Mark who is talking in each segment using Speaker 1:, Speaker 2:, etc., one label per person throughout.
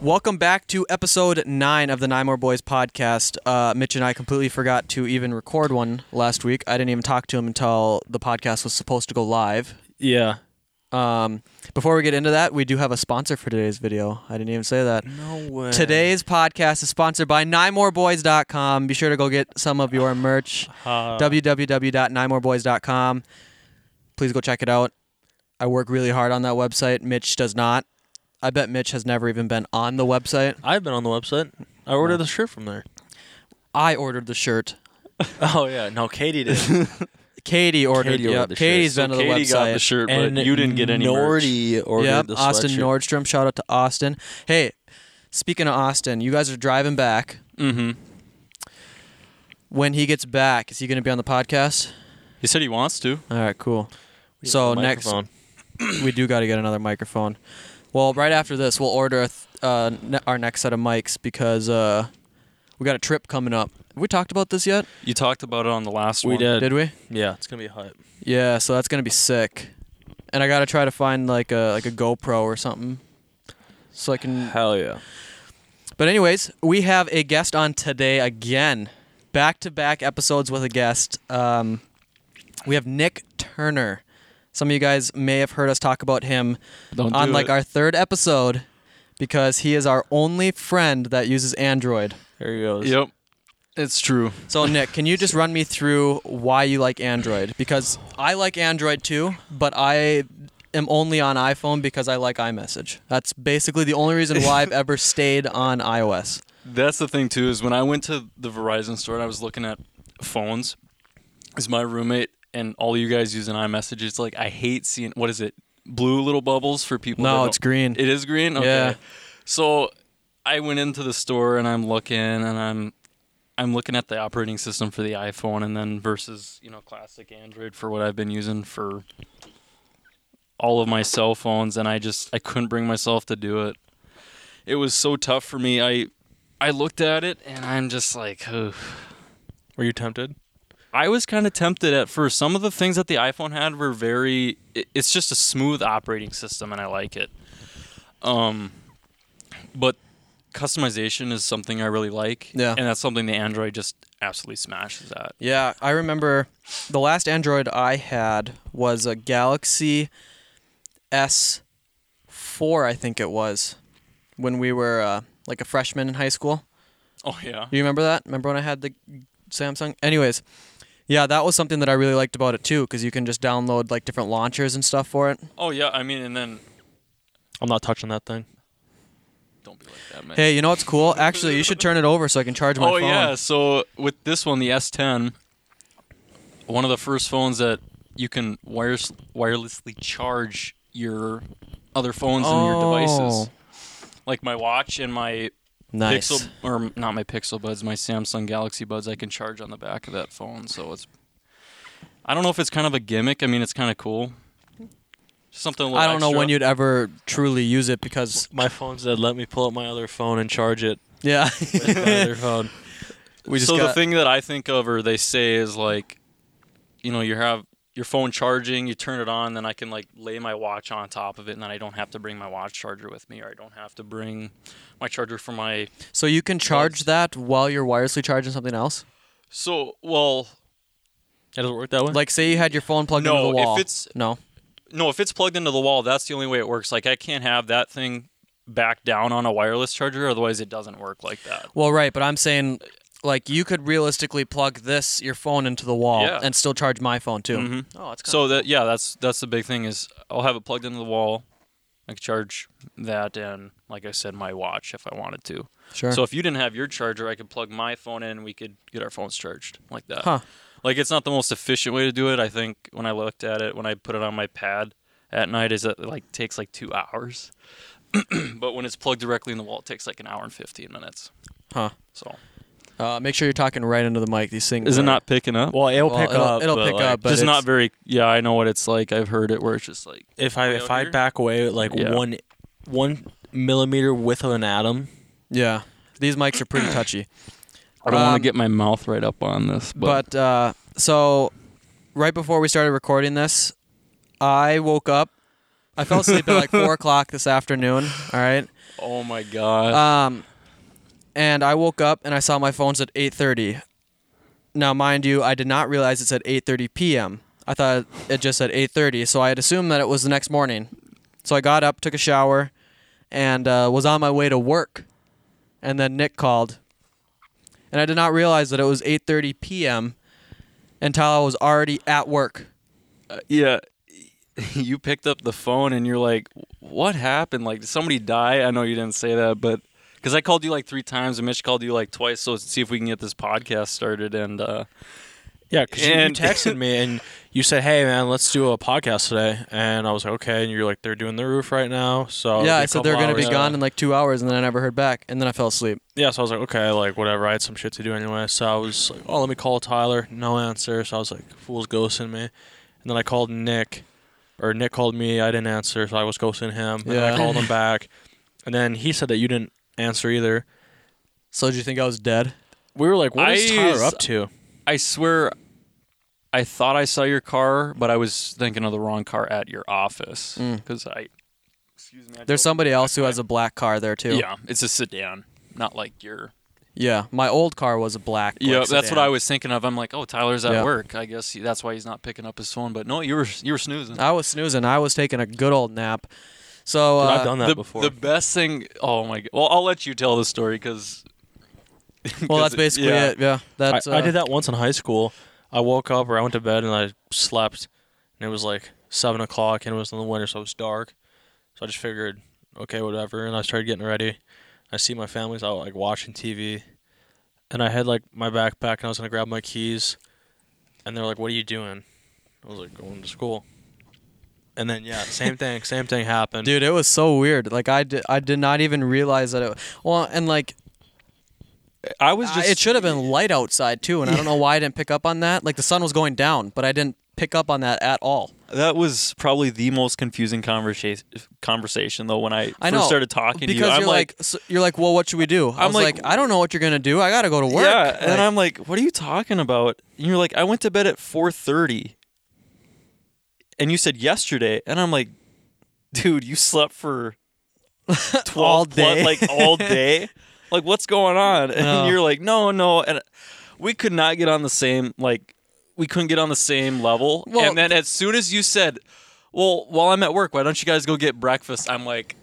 Speaker 1: Welcome back to episode nine of the Nine More Boys podcast. Uh, Mitch and I completely forgot to even record one last week. I didn't even talk to him until the podcast was supposed to go live.
Speaker 2: Yeah.
Speaker 1: Um, before we get into that, we do have a sponsor for today's video. I didn't even say that.
Speaker 2: No way.
Speaker 1: Today's podcast is sponsored by ninemoreboys.com. Be sure to go get some of your merch.
Speaker 2: Uh,
Speaker 1: www.ninemoreboys.com. Please go check it out. I work really hard on that website. Mitch does not. I bet Mitch has never even been on the website.
Speaker 2: I've been on the website. I ordered a shirt from there.
Speaker 1: I ordered the shirt.
Speaker 2: Oh yeah. No, Katie did.
Speaker 1: Katie ordered.
Speaker 3: Katie ordered
Speaker 1: yep.
Speaker 3: the shirt.
Speaker 1: Katie's been to
Speaker 3: So
Speaker 1: the
Speaker 3: Katie
Speaker 1: website.
Speaker 3: got the shirt, but you didn't get any merch.
Speaker 2: Nordy ordered
Speaker 1: yep.
Speaker 2: the
Speaker 1: Austin
Speaker 2: sweatshirt.
Speaker 1: Nordstrom. Shout out to Austin. Hey, speaking of Austin, you guys are driving back.
Speaker 3: Mm-hmm.
Speaker 1: When he gets back, is he going to be on the podcast?
Speaker 3: He said he wants to.
Speaker 1: All right, cool.
Speaker 2: We have
Speaker 1: So
Speaker 2: the
Speaker 1: next,
Speaker 2: microphone.
Speaker 1: we do got to get another microphone. Well, right after this, we'll order a th- uh, ne- our next set of mics because uh, we got a trip coming up. Have we talked about this yet?
Speaker 3: You talked about it on the last
Speaker 2: We
Speaker 3: one.
Speaker 2: did.
Speaker 1: Did we?
Speaker 2: Yeah, it's gonna be hot.
Speaker 1: Yeah, so that's gonna be sick. And I gotta try to find like a like a GoPro or something, so I can.
Speaker 2: Hell yeah.
Speaker 1: But anyways, we have a guest on today again, back to back episodes with a guest. Um, we have Nick Turner. Some of you guys may have heard us talk about him.
Speaker 3: Don't
Speaker 1: on
Speaker 3: do
Speaker 1: like
Speaker 3: it.
Speaker 1: our third episode because he is our only friend that uses Android.
Speaker 2: There he goes.
Speaker 3: Yep. It's true.
Speaker 1: So Nick, can you just run me through why you like Android? Because I like Android too, but I am only on iPhone because I like iMessage. That's basically the only reason why I've ever stayed on iOS.
Speaker 3: That's the thing too is when I went to the Verizon store and I was looking at phones, is my roommate and all you guys using iMessage. It's like I hate seeing what is it? Blue little bubbles for people.
Speaker 1: No,
Speaker 3: that
Speaker 1: it's
Speaker 3: don't-
Speaker 1: green.
Speaker 3: It is green. Okay.
Speaker 1: Yeah.
Speaker 3: So I went into the store and I'm looking and I'm I'm looking at the operating system for the iPhone and then versus, you know, classic Android for what I've been using for all of my cell phones and I just I couldn't bring myself to do it. It was so tough for me. I I looked at it and I'm just like, "Ugh."
Speaker 2: Were you tempted?
Speaker 3: I was kind of tempted at first. Some of the things that the iPhone had were very. it- It's just a smooth operating system, and I like it. Um, but customization is something I really like.
Speaker 1: Yeah.
Speaker 3: and that's something the Android just absolutely smashes at.
Speaker 1: Yeah, I remember the last Android I had was a Galaxy S4, I think it was, when we were uh, like a freshman in high school.
Speaker 3: Oh yeah.
Speaker 1: Do you remember that? Remember when I had the Samsung? Anyways, yeah, that was something that I really liked about it too, because you can just download like different launchers and stuff for it.
Speaker 3: Oh yeah. I mean, and then
Speaker 2: I'm not touching that thing.
Speaker 3: don't be like that, man.
Speaker 1: Hey, you know what's cool? Actually, you should turn it over so I can charge my
Speaker 3: oh
Speaker 1: phone.
Speaker 3: yeah. So with this one, the S10, one of the first phones that you can wires wirelessly charge your other phones and
Speaker 1: Oh.
Speaker 3: your devices. Like my watch and my
Speaker 1: Nice.
Speaker 3: Pixel or not my Pixel Buds, my Samsung Galaxy Buds. I can charge on the back of that phone, so it's. I don't know if it's kind of a gimmick. I mean, it's kind of cool. Something. A little
Speaker 1: I don't know
Speaker 3: extra.
Speaker 1: when you'd ever truly use it because
Speaker 2: My phone said let me pull up my other phone and charge it
Speaker 1: yeah.
Speaker 2: with my other phone.
Speaker 1: we just
Speaker 3: so
Speaker 1: got,
Speaker 3: the thing that I think of or they say is like, you know, you have your phone charging, you turn it on, then I can like lay my watch on top of it, and then I don't have to bring my watch charger with me, or I don't have to bring my charger for my
Speaker 1: So you can charge that while you're wirelessly charging something else.
Speaker 3: so well.
Speaker 2: It doesn't work that way.
Speaker 1: Like say you had your phone plugged
Speaker 3: No,
Speaker 1: into the
Speaker 3: if
Speaker 1: wall.
Speaker 3: it's-
Speaker 1: no.
Speaker 3: no, if it's plugged into the wall, that's the only way it works. Like I can't have that thing back down on a wireless charger, otherwise it doesn't work like that.
Speaker 1: Well, right, but I'm saying like you could realistically plug this your phone into the wall
Speaker 3: Yeah.
Speaker 1: and still charge my phone too.
Speaker 3: Mhm.
Speaker 1: Oh, that's
Speaker 3: So that yeah, that's that's the big thing is I'll have it plugged into the wall. I can charge that and like I said, my watch if I wanted to.
Speaker 1: sure.
Speaker 3: So if you didn't have your charger, I could plug my phone in and we could get our phones charged like that.
Speaker 1: Huh.
Speaker 3: Like it's not the most efficient way to do it. I think when I looked at it, when I put it on my pad at night, is it like takes like two hours. but when it's plugged directly in the wall, it takes like an hour and fifteen minutes.
Speaker 1: Huh.
Speaker 3: So
Speaker 1: Uh, make sure you're talking right into the mic. These things
Speaker 3: is
Speaker 1: are-
Speaker 3: it not picking up?
Speaker 2: well, it'll
Speaker 1: Well,
Speaker 2: pick
Speaker 1: it'll-
Speaker 2: up.
Speaker 1: it'll
Speaker 2: but,
Speaker 1: pick
Speaker 2: like,
Speaker 1: up, but
Speaker 3: just not
Speaker 1: it's-
Speaker 3: very. Yeah, I know what it's like. I've heard it where it's just like
Speaker 2: if I if
Speaker 3: Way out
Speaker 2: I
Speaker 3: here?
Speaker 2: back away like
Speaker 3: Yeah.
Speaker 2: one one millimeter width of an atom,
Speaker 1: Yeah, these mics are pretty touchy.
Speaker 3: I don't want
Speaker 1: Um,
Speaker 3: to get my mouth right up on this, but,
Speaker 1: But uh, so, right before we started recording this, I woke up. I fell asleep at like four o'clock this afternoon. All right,
Speaker 3: Oh my god.
Speaker 1: Um, and I woke up and I saw my phone's at 8:30. Now, mind you, I did not realize it said 8:30 p.m. I thought it just said 8:30, so I had assumed that it was the next morning. So I got up, took a shower, and uh, was on my way to work. And then Nick called, and I did not realize that it was 8:30 p.m. until I was already at work.
Speaker 3: yeah. You picked up the phone and you're like, "What happened? Like, did somebody die?" I know you didn't say that, but because I called you like three times and Mitch called you like twice, so let's see if we can get this podcast started. And uh,
Speaker 2: Yeah, because you,
Speaker 3: And-
Speaker 2: texted me and you said, "Hey, man, let's do a podcast today," and I was like, "Okay." And you're like, "They're doing the roof right now," so
Speaker 1: yeah,
Speaker 2: it'll
Speaker 1: I
Speaker 2: a
Speaker 1: said they're
Speaker 2: couple
Speaker 1: gonna be
Speaker 2: hours.
Speaker 1: gone in like two Oh, hours, and then I never heard back, and then I fell asleep.
Speaker 2: Yeah, so I was like, "Okay, like whatever." I had some shit to do anyway, so I was like, "Oh, let me call Tyler." No answer, so I was like, "Fool's ghosting me," and then I called Nick, or Nick called me. I didn't answer, so I was ghosting him. And then
Speaker 1: Yeah.
Speaker 2: I called him back, and then he said that you didn't answer either.
Speaker 1: So did you think I was dead?
Speaker 2: We were like, "What
Speaker 3: I
Speaker 2: is Tyler
Speaker 3: s-
Speaker 2: up to?"
Speaker 3: I swear, I thought I saw your car, but I was thinking of the wrong car at your office because I. Excuse me. I
Speaker 1: There's
Speaker 3: drove-
Speaker 1: somebody else who has a black car there too.
Speaker 3: Yeah, it's a sedan, not like your.
Speaker 1: Yeah, my old car was a black.
Speaker 3: Yeah,
Speaker 1: like,
Speaker 3: that's what
Speaker 1: sedan.
Speaker 3: I was thinking of. I'm like, oh, Tyler's at
Speaker 1: Yeah.
Speaker 3: work. I guess he, that's why he's not picking up his phone. But no, you were you were snoozing.
Speaker 1: I was snoozing. I was taking a good old nap. So
Speaker 2: Dude,
Speaker 1: uh,
Speaker 2: I've done that
Speaker 3: the,
Speaker 2: before.
Speaker 3: the best thing. Oh my god. Well, I'll let you tell the story because.
Speaker 1: well, that's basically
Speaker 3: yeah.
Speaker 1: it. Yeah, that's.
Speaker 2: I, I
Speaker 1: uh,
Speaker 2: did that once in high school. I woke up or I went to bed and I slept, and it was like seven o'clock and it was in the winter, so it was dark. So I just figured, okay, whatever. And I started getting ready. I see my family's out like watching TV, and I had like my backpack and I was gonna grab my keys, and they're like, "What are you doing?" I was like, "Going to school." And then yeah, same thing, same thing happened.
Speaker 1: dude, it was so weird. Like I did, I did not even realize that it. Well, and like
Speaker 3: I was
Speaker 1: I-
Speaker 3: just.
Speaker 1: it should have been light outside too, and I don't know why I didn't pick up on that. Like the sun was going down, but I didn't pick up on that at all.
Speaker 3: That was probably the most confusing conversation. Conversation though, when I,
Speaker 1: I
Speaker 3: first
Speaker 1: know
Speaker 3: started talking to
Speaker 1: because
Speaker 3: you, I'm
Speaker 1: you're like, so- you're like, well, what should we do? I
Speaker 3: I'm
Speaker 1: was
Speaker 3: like-
Speaker 1: like, I don't know what you're gonna do. I gotta go to work.
Speaker 3: Yeah,
Speaker 1: Like,
Speaker 3: and I'm like, what are you talking about? And you're like, I went to bed at 4:30. And you said yesterday, and I'm like, dude, you slept for 12
Speaker 1: All
Speaker 3: plus-
Speaker 1: day.
Speaker 3: like all day. like what's going on? And
Speaker 1: No.
Speaker 3: you're like, no, no, and we could not get on the same like we couldn't get on the same level.
Speaker 1: Well-
Speaker 3: and then as soon as you said, "Well, while I'm at work, why don't you guys go get breakfast?" I'm like,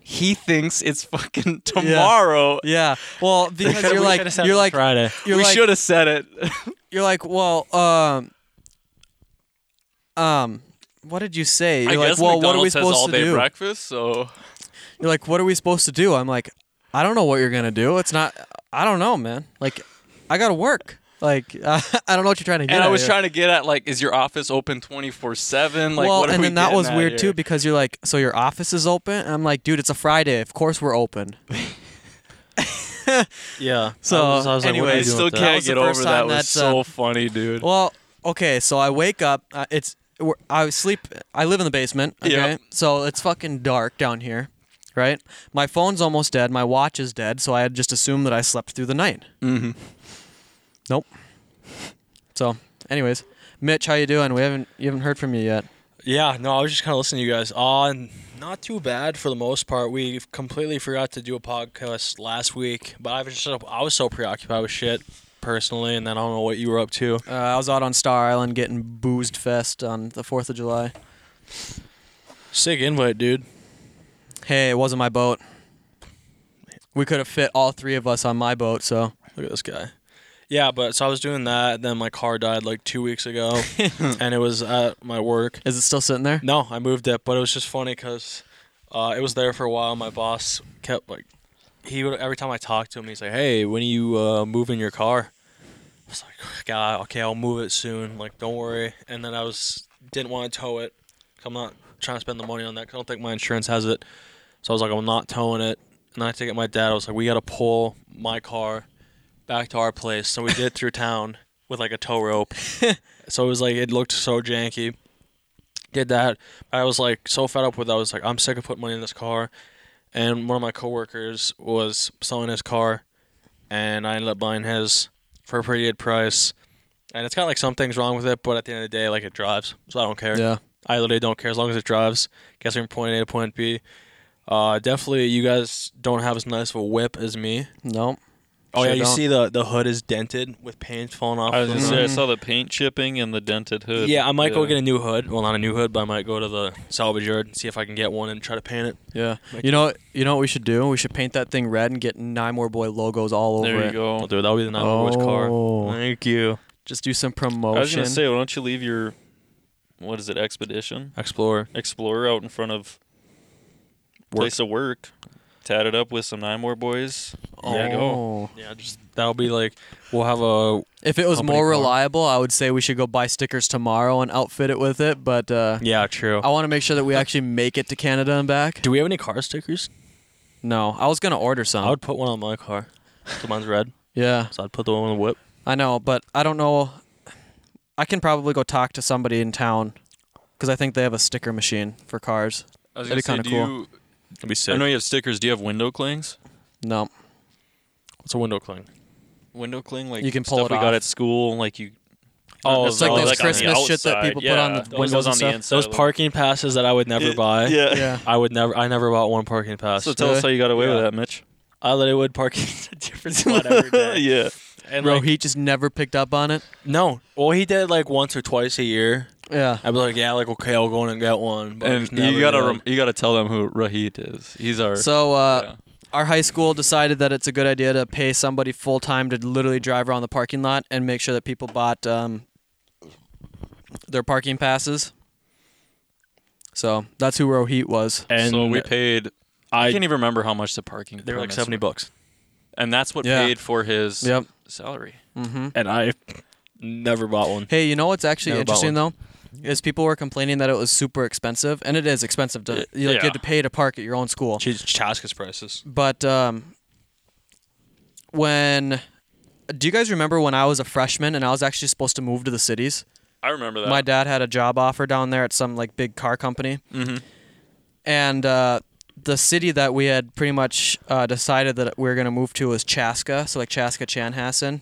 Speaker 3: he thinks it's fucking tomorrow.
Speaker 1: yeah. Well, because you're like, you're like,
Speaker 2: Friday.
Speaker 1: you're
Speaker 3: we
Speaker 1: like,
Speaker 3: should have said it.
Speaker 1: you're like, well, um, um, what did you say? You're
Speaker 3: I
Speaker 1: like,
Speaker 3: guess
Speaker 1: well,
Speaker 3: McDonald's
Speaker 1: what are we
Speaker 3: has
Speaker 1: supposed
Speaker 3: all
Speaker 1: to
Speaker 3: day
Speaker 1: do?
Speaker 3: breakfast, so
Speaker 1: You're like, what are we supposed to do? I'm like, I don't know what you're gonna do. It's not. I don't know, man. Like, I gotta work. Like, I don't know what you're trying to get.
Speaker 3: and I
Speaker 1: at
Speaker 3: was
Speaker 1: here.
Speaker 3: trying to get at like, is your office open twenty four seven? Like,
Speaker 1: well,
Speaker 3: what are
Speaker 1: and
Speaker 3: we
Speaker 1: then that
Speaker 3: getting
Speaker 1: was
Speaker 3: at
Speaker 1: weird
Speaker 3: here?
Speaker 1: too because you're like, so your office is open? And I'm like, dude, it's a Friday. Of course we're open.
Speaker 2: Yeah.
Speaker 1: So,
Speaker 2: I was, I was like, what are
Speaker 1: anyways,
Speaker 2: you doing
Speaker 3: I still
Speaker 2: with that?
Speaker 1: That
Speaker 3: can't
Speaker 1: was the
Speaker 3: get over
Speaker 1: first time
Speaker 3: that. Was
Speaker 1: that's, uh,
Speaker 3: so funny, dude.
Speaker 1: Well, okay, so I wake up. Uh, it's we're- I sleep. I live in the basement. Okay,
Speaker 3: Yeah.
Speaker 1: so it's fucking dark down here, right? My phone's almost dead. My watch is dead. So I had just assumed that I slept through the night. Mm-hmm. Nope. So, anyways, Mitch, how you doing? We haven't you haven't heard from you yet.
Speaker 2: Yeah, no, I was just kind of listening to you guys. Uh, n- not too bad for the most part. We completely forgot to do a podcast last week, but I was just I was so preoccupied with shit personally, and then I don't know what you were up to.
Speaker 1: Uh, I was out on Star Island getting boozed fest on the Fourth of July.
Speaker 2: Sick invite, dude.
Speaker 1: Hey, it wasn't my boat. We could have fit all three of us on my boat, so
Speaker 2: Look at this guy. Yeah, but so I was doing that, and then my car died like two weeks ago, and it was at my work.
Speaker 1: is it still sitting there?
Speaker 2: No, I moved it, but it was just funny because uh, it was there for a while. My boss kept like he would every time I talked to him, he's like, "Hey, when are you uh, moving your car?" I was like, "Oh, "God, okay, I'll move it soon. Like, don't worry." And then I was didn't want to tow it. 'cause I'm not trying to spend the money on that. 'cause I don't think my insurance has it. So I was like, "I'm not towing it." And then I take it. to My dad I was like, "We got to pull my car back to our place." So we did through town with like a tow rope. so it was like it looked so janky did that. I was like so fed up with. It. I was like, I'm sick of putting money in this car. And one of my coworkers was selling his car, and I ended up buying his for a pretty good price. And it's got like some things wrong with it, but at the end of the day, like it drives, so I don't care.
Speaker 1: Yeah.
Speaker 2: I literally don't care as long as it drives. Gets me from point A to point B. Uh, definitely, you guys don't have as nice of a whip as me.
Speaker 1: No.
Speaker 2: Oh
Speaker 1: Sure
Speaker 2: yeah, you
Speaker 1: don't.
Speaker 2: see the the hood is dented with paint falling off.
Speaker 3: I was
Speaker 2: the
Speaker 3: gonna
Speaker 1: Mhm.
Speaker 2: hood.
Speaker 3: say I saw the paint chipping and the dented hood.
Speaker 2: Yeah, I might go
Speaker 3: Yeah.
Speaker 2: get a new hood. Well, not a new hood, but I might go to the salvage yard and see if I can get one and try to paint it.
Speaker 1: Yeah. You know you know what we should do? We should paint that thing red and get nine more boy logos all over
Speaker 3: There you
Speaker 1: it.
Speaker 3: go.
Speaker 2: dude, that'll be the night oh.
Speaker 1: Oh.
Speaker 2: car. Thank you.
Speaker 1: Just do some
Speaker 3: I was
Speaker 1: promotion.
Speaker 3: gonna say, why don't you leave your what is it, expedition?
Speaker 2: Explorer.
Speaker 3: Explorer out in front of place of work. Tat it up with some nine more boys. There you go.
Speaker 1: Oh.
Speaker 2: Yeah, just that'll be like we'll have a
Speaker 1: If it was
Speaker 2: Company
Speaker 1: more
Speaker 2: car.
Speaker 1: reliable, I would say we should go buy stickers tomorrow and outfit it with it. But uh,
Speaker 2: yeah, true.
Speaker 1: I want to make sure that we actually make it to Canada and back.
Speaker 2: Do we have any car stickers?
Speaker 1: No, I was gonna order some.
Speaker 2: I would put one on my car. So mine's red,
Speaker 1: yeah,
Speaker 2: so I'd put the one on the whip.
Speaker 1: I know, but I don't know. I can probably go talk to somebody in town because I think they have a sticker machine for cars.
Speaker 4: I was
Speaker 1: That'd
Speaker 4: gonna say,
Speaker 1: be kinda
Speaker 4: do
Speaker 1: cool.
Speaker 4: you?
Speaker 2: That'd be sick.
Speaker 4: I know you have stickers. Do you have window clings?
Speaker 1: No,
Speaker 2: It's a window cling.
Speaker 3: Window cling like
Speaker 1: You can pull
Speaker 3: stuff
Speaker 1: it
Speaker 3: we got
Speaker 1: off.
Speaker 3: at school, like you.
Speaker 2: Oh,
Speaker 3: not
Speaker 2: it's like those
Speaker 3: necessarily, on the
Speaker 1: Christmas shit that
Speaker 3: outside.
Speaker 1: people put on the
Speaker 3: Yeah, those
Speaker 1: windows
Speaker 3: on
Speaker 1: and
Speaker 3: the
Speaker 1: stuff.
Speaker 3: inside.
Speaker 2: Those
Speaker 3: like-
Speaker 2: parking passes that I would never
Speaker 3: Yeah.
Speaker 2: buy.
Speaker 3: Yeah.
Speaker 1: yeah,
Speaker 2: I would never. I never bought one parking pass.
Speaker 3: So tell us how you got away with that, Mitch.
Speaker 2: I literally would park in a different spot every day.
Speaker 3: yeah.
Speaker 2: And like,
Speaker 1: Rohit just never picked up on it.
Speaker 2: no, well, he did like once or twice a year.
Speaker 1: Yeah,
Speaker 2: I'd be like, yeah, like okay, I'll go in and get one. But
Speaker 4: And
Speaker 2: it's never
Speaker 4: you gotta
Speaker 2: really-
Speaker 4: rem- you gotta tell them who Rahit is. He's our
Speaker 1: So uh,
Speaker 4: Yeah.
Speaker 1: our high school decided that it's a good idea to pay somebody full time to literally drive around the parking lot and make sure that people bought um, their parking passes. So that's who Rohit was.
Speaker 2: And
Speaker 4: so we paid. I,
Speaker 2: I-
Speaker 4: can't even remember how much the parking.
Speaker 2: They were like
Speaker 4: permits
Speaker 2: seventy
Speaker 4: were.
Speaker 2: bucks,
Speaker 4: and that's what
Speaker 1: Yeah.
Speaker 4: paid for his
Speaker 1: Yep.
Speaker 4: salary.
Speaker 1: Mm-hmm.
Speaker 2: and I never bought one.
Speaker 1: Hey, you know what's actually
Speaker 2: Never bought
Speaker 1: interesting though? Is people were complaining that it was super expensive, and it is expensive to you, like, you
Speaker 4: yeah.
Speaker 1: had to pay to park at your own school.
Speaker 2: She's Chaska's prices.
Speaker 1: But um, when do you guys remember when I was a freshman and I was actually supposed to move to the cities?
Speaker 4: I remember that.
Speaker 1: My dad had a job offer down there at some like big car company,
Speaker 4: Mhm.
Speaker 1: and uh, the city that we had pretty much uh, decided that we were gonna move to was Chaska, so like Chaska Chanhassen.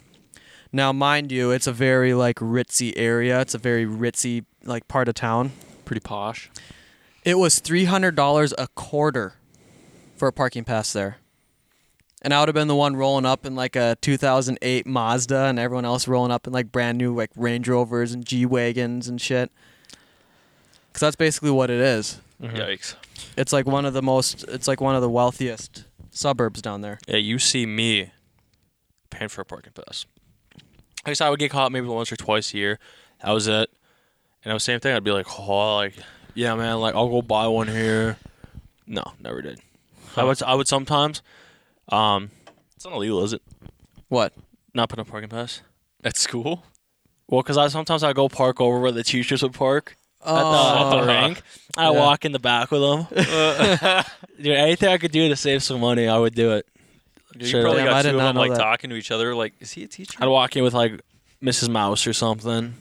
Speaker 1: Now, mind you, it's a very like ritzy area. It's a very ritzy like part of town.
Speaker 4: Pretty posh.
Speaker 1: It was three hundred dollars a quarter for a parking pass there. And I would have been the one rolling up in like a 2008 Mazda, and everyone else rolling up in like brand new like Range Rovers and G wagons and shit. Because that's basically what it is.
Speaker 3: Mm-hmm.
Speaker 4: Yikes.
Speaker 1: It's like one of the most. It's like one of the wealthiest suburbs down there.
Speaker 2: Yeah, you see me paying for a parking pass. I guess I would get caught maybe once or twice a year. That was it. And I was same thing. I'd be like, oh, like, yeah, man, like I'll go buy one here. No, never did. I would, I would sometimes. Um, it's not illegal, is it?
Speaker 1: What?
Speaker 2: Not put a parking pass.
Speaker 4: At school?
Speaker 2: Well, because I sometimes I go park over where the teachers would park at the, at
Speaker 1: Oh,
Speaker 2: the rink. I
Speaker 1: Yeah.
Speaker 2: walk in the back with them. Dude, anything I could do to save some money, I would do it.
Speaker 3: You
Speaker 2: Sure.
Speaker 3: probably
Speaker 1: Damn, I
Speaker 3: got
Speaker 1: did
Speaker 3: two of
Speaker 1: not
Speaker 3: them
Speaker 1: know
Speaker 3: like
Speaker 1: that.
Speaker 3: talking to each other. Like, is he a teacher?
Speaker 2: I'd walk in with like Mrs. Mouse or something.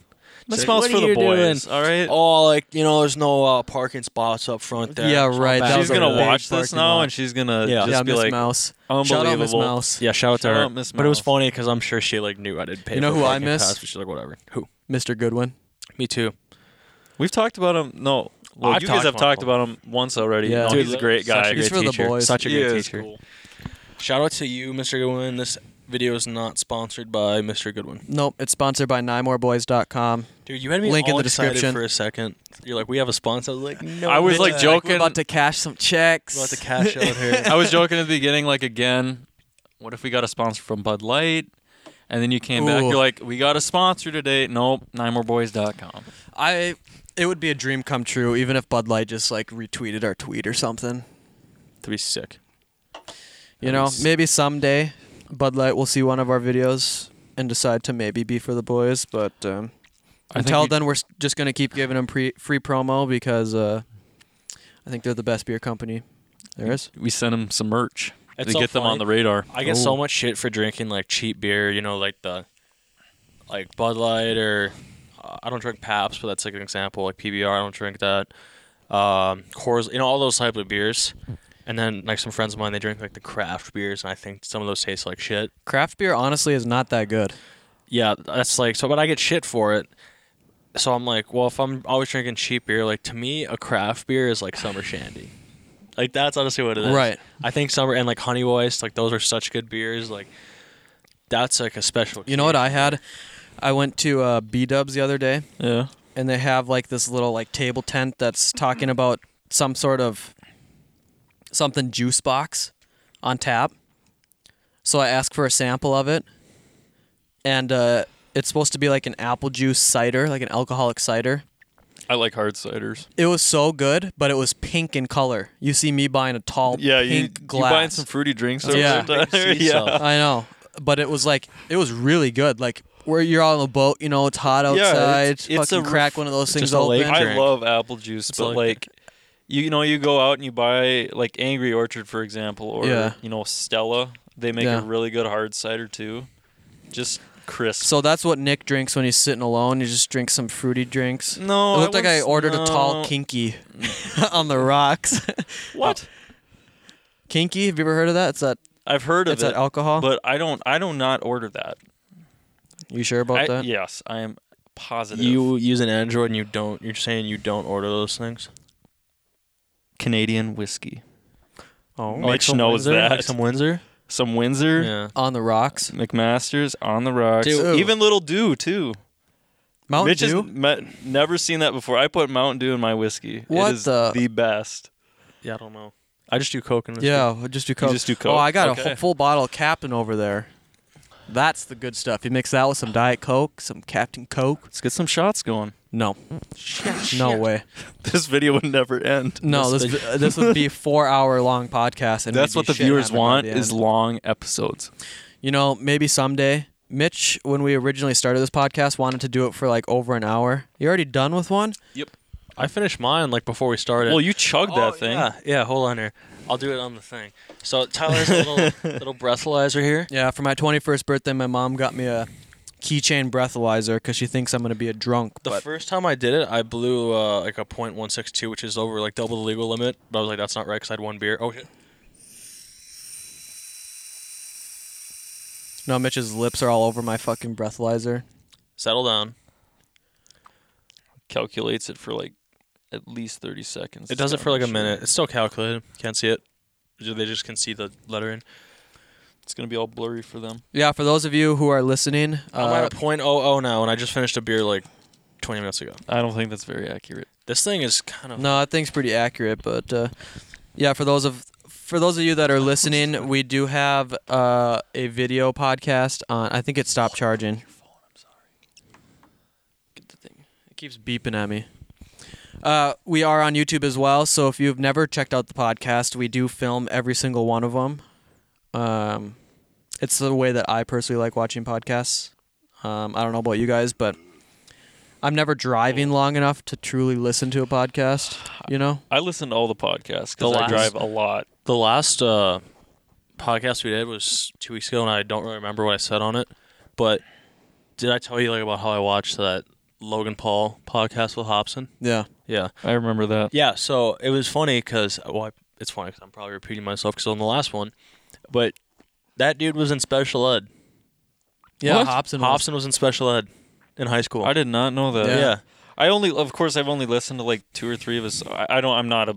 Speaker 3: This
Speaker 2: Say,
Speaker 3: smells
Speaker 2: "What
Speaker 3: for
Speaker 2: are
Speaker 3: the
Speaker 2: you doing?"
Speaker 3: boys. All right.
Speaker 2: Oh, like you know, there's no uh, parking spots up front there.
Speaker 1: Yeah,
Speaker 2: So
Speaker 1: right,
Speaker 2: bad.
Speaker 1: that
Speaker 3: She's
Speaker 1: was a
Speaker 3: gonna
Speaker 1: big
Speaker 3: watch this
Speaker 1: parking
Speaker 3: now,
Speaker 1: lot.
Speaker 3: and she's gonna
Speaker 2: Yeah.
Speaker 3: just
Speaker 1: yeah,
Speaker 3: be
Speaker 1: Miss
Speaker 3: like,
Speaker 1: Mouse. Shout out Miss
Speaker 3: unbelievable.
Speaker 1: Mouse.
Speaker 2: Yeah, shout out to
Speaker 3: Shout
Speaker 2: her.
Speaker 3: out Miss
Speaker 2: But it was
Speaker 3: Mouse.
Speaker 2: funny because I'm sure she like knew I didn't pay.
Speaker 1: You know
Speaker 2: for a
Speaker 1: who I
Speaker 2: parking
Speaker 1: miss?
Speaker 2: Pass, but she's like, whatever. Who?
Speaker 1: Mr. Goodwin.
Speaker 2: Me too.
Speaker 3: We've talked about him. No, well,
Speaker 2: I've
Speaker 3: you guys
Speaker 2: talked
Speaker 3: have
Speaker 2: about
Speaker 3: talked
Speaker 2: him.
Speaker 3: about him once already.
Speaker 1: Yeah.
Speaker 3: No,
Speaker 1: Dude,
Speaker 3: he's a great
Speaker 2: such
Speaker 3: guy.
Speaker 2: a great
Speaker 1: He's for the
Speaker 2: teacher.
Speaker 1: boys.
Speaker 2: Such a
Speaker 3: He
Speaker 2: great
Speaker 3: is
Speaker 2: teacher.
Speaker 3: cool.
Speaker 2: Shout out to you, Mr. Goodwin. This video is not sponsored by Mr. Goodwin.
Speaker 1: Nope. It's sponsored by NineMoreBoys.com.
Speaker 2: Dude, you had me
Speaker 1: Link in
Speaker 2: all
Speaker 1: the
Speaker 2: excited
Speaker 1: description.
Speaker 2: for a second. You're like, we have a sponsor. I was like, no.
Speaker 4: I was
Speaker 2: bitch.
Speaker 4: like joking.
Speaker 1: About to cash some checks.
Speaker 2: about to cash out here.
Speaker 4: I was joking at the beginning, like again, what if we got a sponsor from Bud Light? And then you came back,
Speaker 1: Ooh.
Speaker 4: you're like, we got a sponsor today. Nope, ninemoreboys.com.
Speaker 1: I it would be a dream come true even if Bud Light just like retweeted our tweet or something.
Speaker 3: To be sick.
Speaker 1: You
Speaker 3: That
Speaker 1: know,
Speaker 3: was-
Speaker 1: maybe someday Bud Light will see one of our videos and decide to maybe be for the boys, but um,
Speaker 4: I think
Speaker 1: until
Speaker 4: we-
Speaker 1: then we're s- just going to keep giving them pre- free promo because uh, I think they're the best beer company there
Speaker 2: Mm.
Speaker 1: is.
Speaker 4: We sent them some merch
Speaker 2: It's
Speaker 4: to
Speaker 2: so
Speaker 4: get them on
Speaker 2: funny.
Speaker 4: the radar.
Speaker 2: I get
Speaker 1: Oh.
Speaker 2: so much shit for drinking like cheap beer, you know, like the like Bud Light or uh, I don't drink Paps, but that's like an example. Like PBR, I don't drink that. Um, Coors, you know, all those type of beers. And then like some friends of mine, they drink like the craft beers, and I think some of those taste like shit.
Speaker 1: Craft beer honestly is not that good.
Speaker 2: Yeah, that's like so, but I get shit for it. So I'm like, well, if I'm always drinking cheap beer, like to me, a craft beer is like summer shandy. Like that's honestly what it is.
Speaker 1: Right.
Speaker 2: I think summer and like Honey Weiss, like those are such good beers. Like that's like a special.
Speaker 1: You know what I had? I went to uh, B Dubs the other day,
Speaker 3: Yeah.
Speaker 1: and they have like this little like table tent that's talking about some sort of something juice box on tap. So I asked for a sample of it, and uh, it's supposed to be like an apple juice cider, like an alcoholic cider.
Speaker 4: I like hard ciders.
Speaker 1: It was so good, but it was pink in color. You see me buying a tall
Speaker 3: Yeah, you,
Speaker 1: pink
Speaker 3: you
Speaker 1: glass.
Speaker 3: buying some fruity drinks over
Speaker 1: Yeah.
Speaker 3: there, Tyler?
Speaker 2: Sea salt.
Speaker 1: I know, but it was like it was really good. Like where you're on a boat, you know, it's hot outside.
Speaker 3: it's- it's
Speaker 1: fucking
Speaker 3: a
Speaker 1: crack one of those things
Speaker 2: just a lake
Speaker 1: open.
Speaker 2: drink.
Speaker 3: I love apple juice,
Speaker 2: It's
Speaker 3: but
Speaker 2: like-
Speaker 3: like, you know, you go out and you buy like Angry Orchard, for example, or
Speaker 1: Yeah.
Speaker 3: you know Stella. They make
Speaker 1: Yeah.
Speaker 3: a really good hard cider too, just crisp.
Speaker 1: So that's what Nick drinks when he's sitting alone. He just drinks some fruity drinks.
Speaker 3: no,
Speaker 1: it looked like I
Speaker 3: was-
Speaker 1: ordered a tall
Speaker 3: no.
Speaker 1: kinky on the rocks.
Speaker 3: What?
Speaker 1: kinky, have you ever heard of that? It's that
Speaker 3: I've heard of
Speaker 1: it's
Speaker 3: it,
Speaker 1: that alcohol.
Speaker 3: but I don't. I do not order that.
Speaker 1: you sure about
Speaker 3: I,
Speaker 1: that?
Speaker 3: Yes, I am positive.
Speaker 2: You use an Android and you don't. You're saying you don't order those things.
Speaker 3: Canadian whiskey,
Speaker 1: Oh,
Speaker 3: Mitch knows
Speaker 2: Windsor?
Speaker 3: that.
Speaker 2: Like some Windsor.
Speaker 3: some Windsor
Speaker 1: on the rocks.
Speaker 3: McMaster's on the rocks.
Speaker 1: Dude.
Speaker 3: Even Little Dew too.
Speaker 1: Mountain
Speaker 3: Mitch
Speaker 1: Dew.
Speaker 3: has me- never seen that before. I put Mountain Dew in my whiskey.
Speaker 1: What
Speaker 3: it is
Speaker 1: the-
Speaker 3: the, best.
Speaker 2: Yeah, I don't know. I just do Coke and whiskey.
Speaker 1: yeah, we'll just do coke.
Speaker 3: just do
Speaker 1: Oh,
Speaker 3: Coke?
Speaker 1: I got a
Speaker 3: Okay.
Speaker 1: whole full bottle of Captain over there. That's the good stuff. You mix that with some Diet Coke, some Captain Coke.
Speaker 3: Let's get some shots going.
Speaker 1: No, no way.
Speaker 3: This video would never end.
Speaker 1: No, this
Speaker 2: This
Speaker 1: this, this would be a four hour long podcast, and
Speaker 3: That's
Speaker 1: we'd
Speaker 3: what
Speaker 1: be
Speaker 3: the
Speaker 1: shit
Speaker 3: viewers
Speaker 1: hammered by
Speaker 3: want
Speaker 1: the
Speaker 3: is
Speaker 1: end.
Speaker 3: long episodes.
Speaker 1: you know maybe someday. Mitch, when we originally started this podcast, wanted to do it for like over an hour. You already done with one?
Speaker 2: I finished mine like before we started.
Speaker 3: Well, you chugged
Speaker 2: Oh,
Speaker 3: that thing.
Speaker 2: Yeah, yeah. Hold on here. I'll do it on the thing. So Tyler's a little little breathalyzer here.
Speaker 1: Yeah, for my 21st birthday, my mom got me a keychain breathalyzer because she thinks I'm gonna be a drunk.
Speaker 2: The
Speaker 1: but
Speaker 2: first time I did it, I blew uh, like a .162, which is over like double the legal limit. But I was like, that's not right because I had one beer. Oh shit.
Speaker 1: no, Mitch's lips are all over my fucking breathalyzer.
Speaker 2: Settle down.
Speaker 3: Calculates it for like at least 30 seconds.
Speaker 2: It does it for like a
Speaker 3: Sure.
Speaker 2: minute. It's still calculated. Can't see it. Ju- They just can see the lettering.
Speaker 3: It's going to be all blurry for them.
Speaker 1: Yeah, for those of you who are listening,
Speaker 2: I'm
Speaker 1: uh,
Speaker 2: at a .00 now, and I just finished a beer like 20 minutes ago.
Speaker 3: I don't think that's very accurate.
Speaker 2: This thing is kind of
Speaker 1: No, that thing's pretty accurate, but uh, yeah, for those of for those of you that are listening, we do have uh, a video podcast on. I think it stopped charging. Get the thing. It keeps beeping at me. Uh, we are on YouTube as well, so if you've never checked out the podcast, we do film every single one of them. Um, it's the way that I personally like watching podcasts. Um, I don't know about you guys, but I'm never driving long enough to truly listen to a podcast. You know?
Speaker 3: I listen to all the podcasts
Speaker 2: The
Speaker 3: because I
Speaker 2: last-
Speaker 3: drive a lot.
Speaker 2: The last uh, podcast we did was two weeks ago, and I don't really remember what I said on it. But did I tell you like about how I watched that Logan Paul podcast with Hobson?
Speaker 1: Yeah.
Speaker 2: Yeah,
Speaker 3: I remember that.
Speaker 2: yeah. So it was funny because well, I, it's funny 'cause I'm probably repeating myself because on the last one, but that dude was in special ed.
Speaker 1: Yeah.
Speaker 3: What?
Speaker 1: Hobson. was-
Speaker 2: Hobson was in special ed in high school.
Speaker 3: I did not know that.
Speaker 1: Yeah.
Speaker 2: yeah.
Speaker 3: I only, of course, I've only listened to like two or three of his. I, I don't, I'm not a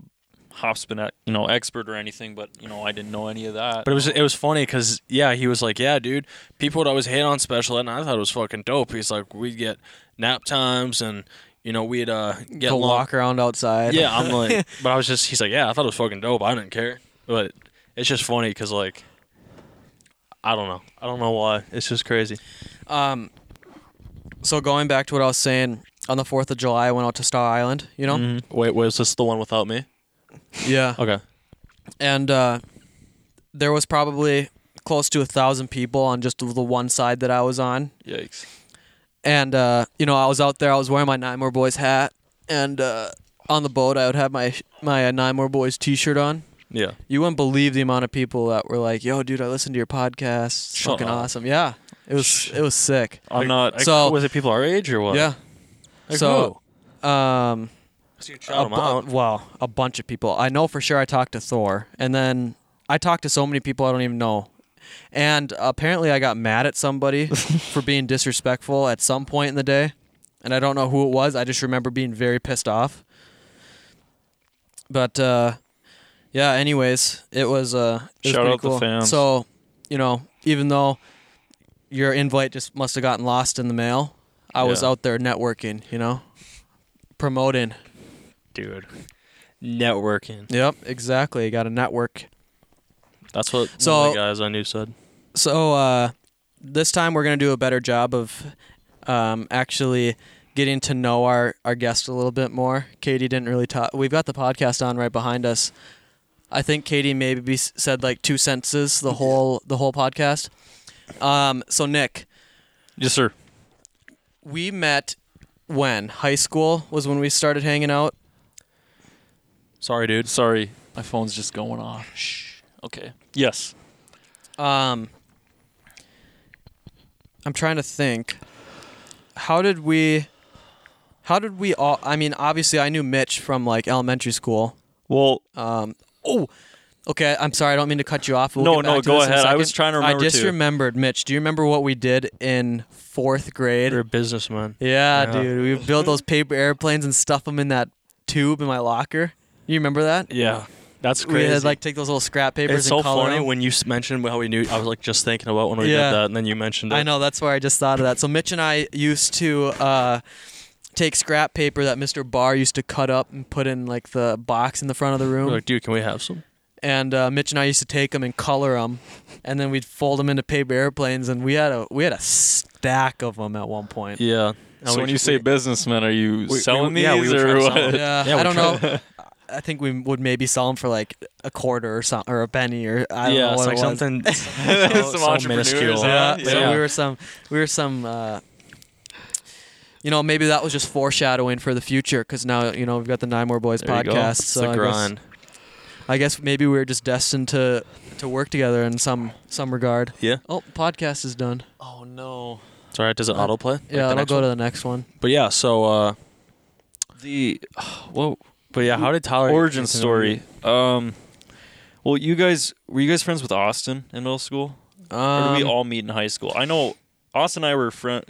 Speaker 3: Hopspin, you know, expert or anything, but, you know, I didn't know any of that.
Speaker 2: But it was it was funny because yeah, he was like, yeah, dude, people would always hate on special ed, and I thought it was fucking dope. He's like, we'd get nap times, and you know, we'd uh get
Speaker 1: to
Speaker 2: long-
Speaker 1: walk around outside.
Speaker 2: Yeah, I'm like, but I was just, he's like, yeah, I thought it was fucking dope. I didn't care. But it's just funny because, like, I don't know. I don't know why. It's just crazy.
Speaker 1: Um. So going back to what I was saying, on the Fourth of July, I went out to Star Island. You know?
Speaker 2: Wait, was this the one without me?
Speaker 1: Yeah.
Speaker 2: Okay.
Speaker 1: And uh, there was probably close to a thousand people on just the one side that I was on,
Speaker 3: Yikes.
Speaker 1: and uh, you know, I was out there. I was wearing my Nine More Boys hat, and uh, on the boat, I would have my my uh, Nine More Boys T-shirt on.
Speaker 2: Yeah.
Speaker 1: You wouldn't believe the amount of people that were like, "Yo, dude, I listened to your podcast. It's
Speaker 3: Shut
Speaker 1: fucking
Speaker 3: up.
Speaker 1: awesome." Yeah, it was it was sick.
Speaker 3: I'm not.
Speaker 1: So-
Speaker 2: was it people our age or what?
Speaker 1: yeah.
Speaker 2: Like
Speaker 1: so, um,
Speaker 2: So you
Speaker 1: a bu- well, a bunch of people. I know for sure. I talked to Thor, and then I talked to so many people I don't even know. And apparently, I got mad at somebody for being disrespectful at some point in the day, and I don't know who it was. I just remember being very pissed off. But uh, yeah. Anyways, it was uh, it was
Speaker 3: Shout
Speaker 1: pretty
Speaker 3: out the
Speaker 1: cool.
Speaker 3: fans.
Speaker 1: So, you know, even though your invite just must have gotten lost in the mail, I was
Speaker 3: Yeah.
Speaker 1: out there networking. You know, promoting.
Speaker 2: dude. Networking.
Speaker 1: Yep, exactly. Got to network.
Speaker 2: That's what one
Speaker 1: So-
Speaker 2: of the guys I knew said.
Speaker 1: So uh, this time we're gonna do a better job of um, actually getting to know our our guest a little bit more. Katie didn't really talk. We've got the podcast on right behind us. I think Katie maybe s- said like two sentences the whole the whole podcast. Um, so Nick,
Speaker 4: Yes, sir.
Speaker 1: we met when high school was when we started hanging out.
Speaker 2: Sorry, dude.
Speaker 4: Sorry, my phone's just going off. Shh. Okay. Yes.
Speaker 1: Um, I'm trying to think. How did we? How did we all? I mean, obviously, I knew Mitch from like elementary school.
Speaker 3: Well,
Speaker 1: Um, oh, okay. I'm sorry. I don't mean to cut you off. We'll
Speaker 3: No,
Speaker 1: get back
Speaker 3: no,
Speaker 1: to
Speaker 3: go
Speaker 1: this in a
Speaker 3: ahead. I was
Speaker 1: second.
Speaker 3: trying to remember,
Speaker 1: I just
Speaker 3: too.
Speaker 1: remembered, Mitch. Do you remember what we did in fourth grade?
Speaker 2: You're a businessman.
Speaker 1: yeah,
Speaker 2: Yeah.
Speaker 1: dude. We built those paper airplanes and stuff them in that tube in my locker. You remember that?
Speaker 2: Yeah, that's
Speaker 1: We
Speaker 2: crazy.
Speaker 1: had like take those little scrap papers
Speaker 2: it's
Speaker 1: and
Speaker 2: so
Speaker 1: color
Speaker 2: funny
Speaker 1: 'em.
Speaker 2: when you s- mentioned how we knew. I was like just thinking about when we
Speaker 1: Yeah.
Speaker 2: did that, and then you mentioned it.
Speaker 1: I know that's where I just thought of that. So Mitch and I used to uh, take scrap paper that Mr. Barr used to cut up and put in like the box in the front of the
Speaker 2: We
Speaker 1: room,
Speaker 2: were like, dude, can we have some?
Speaker 1: and uh, Mitch and I used to take them and color them, and then we'd fold them into paper airplanes, and we had a we had a stack of them at one point.
Speaker 2: Yeah.
Speaker 4: So when you say businessman, are you
Speaker 2: we-
Speaker 4: selling
Speaker 2: we-
Speaker 4: these
Speaker 2: yeah, we were
Speaker 4: or
Speaker 2: trying to sell
Speaker 4: what?
Speaker 2: them.
Speaker 1: Yeah,
Speaker 2: Yeah,
Speaker 1: I
Speaker 2: we
Speaker 1: don't
Speaker 2: tried.
Speaker 1: know. I think we would maybe sell them for like a quarter or something, or a penny, or I don't
Speaker 2: yeah,
Speaker 1: know
Speaker 2: it's
Speaker 1: what
Speaker 2: like
Speaker 1: it was.
Speaker 2: something.
Speaker 3: Some
Speaker 2: so
Speaker 3: entrepreneurs,
Speaker 2: minuscule.
Speaker 1: Yeah.
Speaker 3: huh? Yeah.
Speaker 1: So we were some, we were some. Uh, you know, maybe that was just foreshadowing for the future because now you know we've got the Nine More Boys
Speaker 2: There you go.
Speaker 1: podcast.
Speaker 2: It's
Speaker 1: So
Speaker 2: the
Speaker 1: I
Speaker 2: grind.
Speaker 1: guess I guess maybe we are just destined to to work together in some some regard.
Speaker 2: Yeah.
Speaker 1: Oh, podcast is done.
Speaker 4: Oh no.
Speaker 2: It's all right. Does it
Speaker 1: Uh,
Speaker 2: autoplay? Like
Speaker 1: yeah,
Speaker 2: the
Speaker 1: I'll
Speaker 2: next
Speaker 1: go
Speaker 2: one?
Speaker 1: to the next one.
Speaker 2: But yeah, so uh,
Speaker 3: the whoa
Speaker 2: but yeah, how did Tyler
Speaker 3: origin
Speaker 2: get to know
Speaker 3: story.
Speaker 2: you?
Speaker 3: Um, well, you guys were you guys friends with Austin in middle school, or did we
Speaker 1: Um,
Speaker 3: all meet in high school? I know Austin and I were friend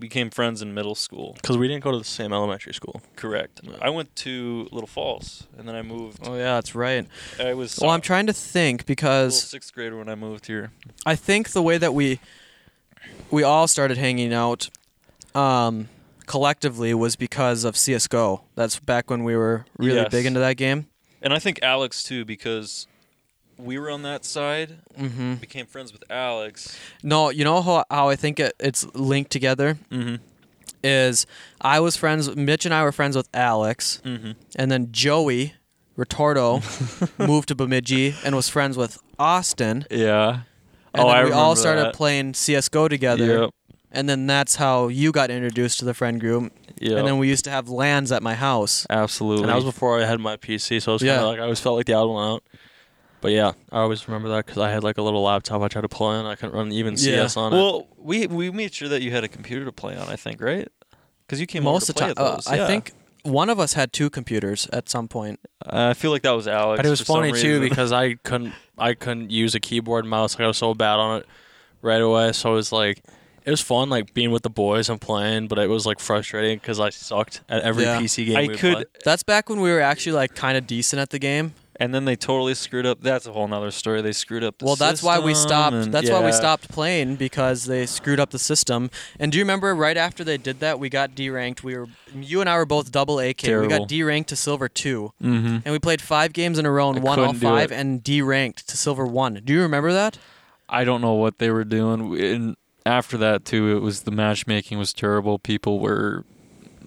Speaker 3: became friends in middle school.
Speaker 2: Because we didn't go to the same elementary school.
Speaker 3: Correct. I went to Little Falls, and then I moved.
Speaker 1: oh yeah, that's right.
Speaker 3: I was
Speaker 1: Well, I'm trying to think
Speaker 3: a little
Speaker 1: because
Speaker 3: sixth grader when I moved here.
Speaker 1: I think the way that we we all started hanging out um, collectively was because of CS:GO. That's back when we were really
Speaker 3: Yes.
Speaker 1: big into that game.
Speaker 3: And I think Alex too, because we were on that side,
Speaker 1: Mm-hmm.
Speaker 3: became friends with Alex.
Speaker 1: No, you know how, how I think it, it's linked together
Speaker 3: Mm-hmm.
Speaker 1: is I was friends. Mitch and I were friends with Alex,
Speaker 3: Mm-hmm.
Speaker 1: and then Joey Retardo moved to Bemidji and was friends with Austin.
Speaker 4: Yeah.
Speaker 1: And
Speaker 4: oh,
Speaker 1: then
Speaker 4: I
Speaker 1: we all
Speaker 4: remember
Speaker 1: started
Speaker 4: that.
Speaker 1: playing CS:GO together,
Speaker 3: Yep.
Speaker 1: and then that's how you got introduced to the friend group.
Speaker 3: Yeah.
Speaker 1: And then we used to have lands at my house.
Speaker 3: Absolutely.
Speaker 2: And that was before I had my PC, so I was kind of
Speaker 1: Yeah.
Speaker 2: like I always felt like the odd one out. But yeah, I always remember that because I had like a little laptop I tried to play on. I couldn't run even
Speaker 1: Yeah.
Speaker 2: CS on it.
Speaker 3: well, we we made sure that you had a computer to play on. I think right because you came
Speaker 1: Most
Speaker 3: over
Speaker 1: of
Speaker 3: to
Speaker 1: the time,
Speaker 3: play at
Speaker 1: uh,
Speaker 3: those,
Speaker 1: I
Speaker 3: yeah.
Speaker 1: think one of us had two computers at some point.
Speaker 3: Uh, I feel like that was Alex.
Speaker 2: but it was
Speaker 3: for some
Speaker 2: funny too
Speaker 3: reason.
Speaker 2: because I couldn't I couldn't use a keyboard and mouse. Like I was so bad on it right away. So it was like it was fun like being with the boys and playing, but it was like frustrating because I sucked at every
Speaker 1: Yeah.
Speaker 2: PC game.
Speaker 3: I
Speaker 2: we
Speaker 3: could-
Speaker 2: played.
Speaker 1: That's back when we were actually like kind of decent at the game.
Speaker 3: and then they totally screwed up. That's a whole nother story. They screwed up. The
Speaker 1: well, that's why we
Speaker 3: system
Speaker 1: stopped.
Speaker 3: and-
Speaker 1: that's why we
Speaker 3: yeah.
Speaker 1: stopped playing because they screwed up the system. And do you remember right after they did that, we got deranked. We were you and I were both double AK. We
Speaker 3: Terrible.
Speaker 1: got deranked to silver 2
Speaker 3: Mm-hmm.
Speaker 1: and we played five games in a row and
Speaker 4: I
Speaker 1: won all
Speaker 4: couldn't do
Speaker 1: five
Speaker 4: it.
Speaker 1: and deranked to silver one. Do you remember that?
Speaker 4: I don't know what they were doing. We- And after that too, it was the matchmaking was terrible. People were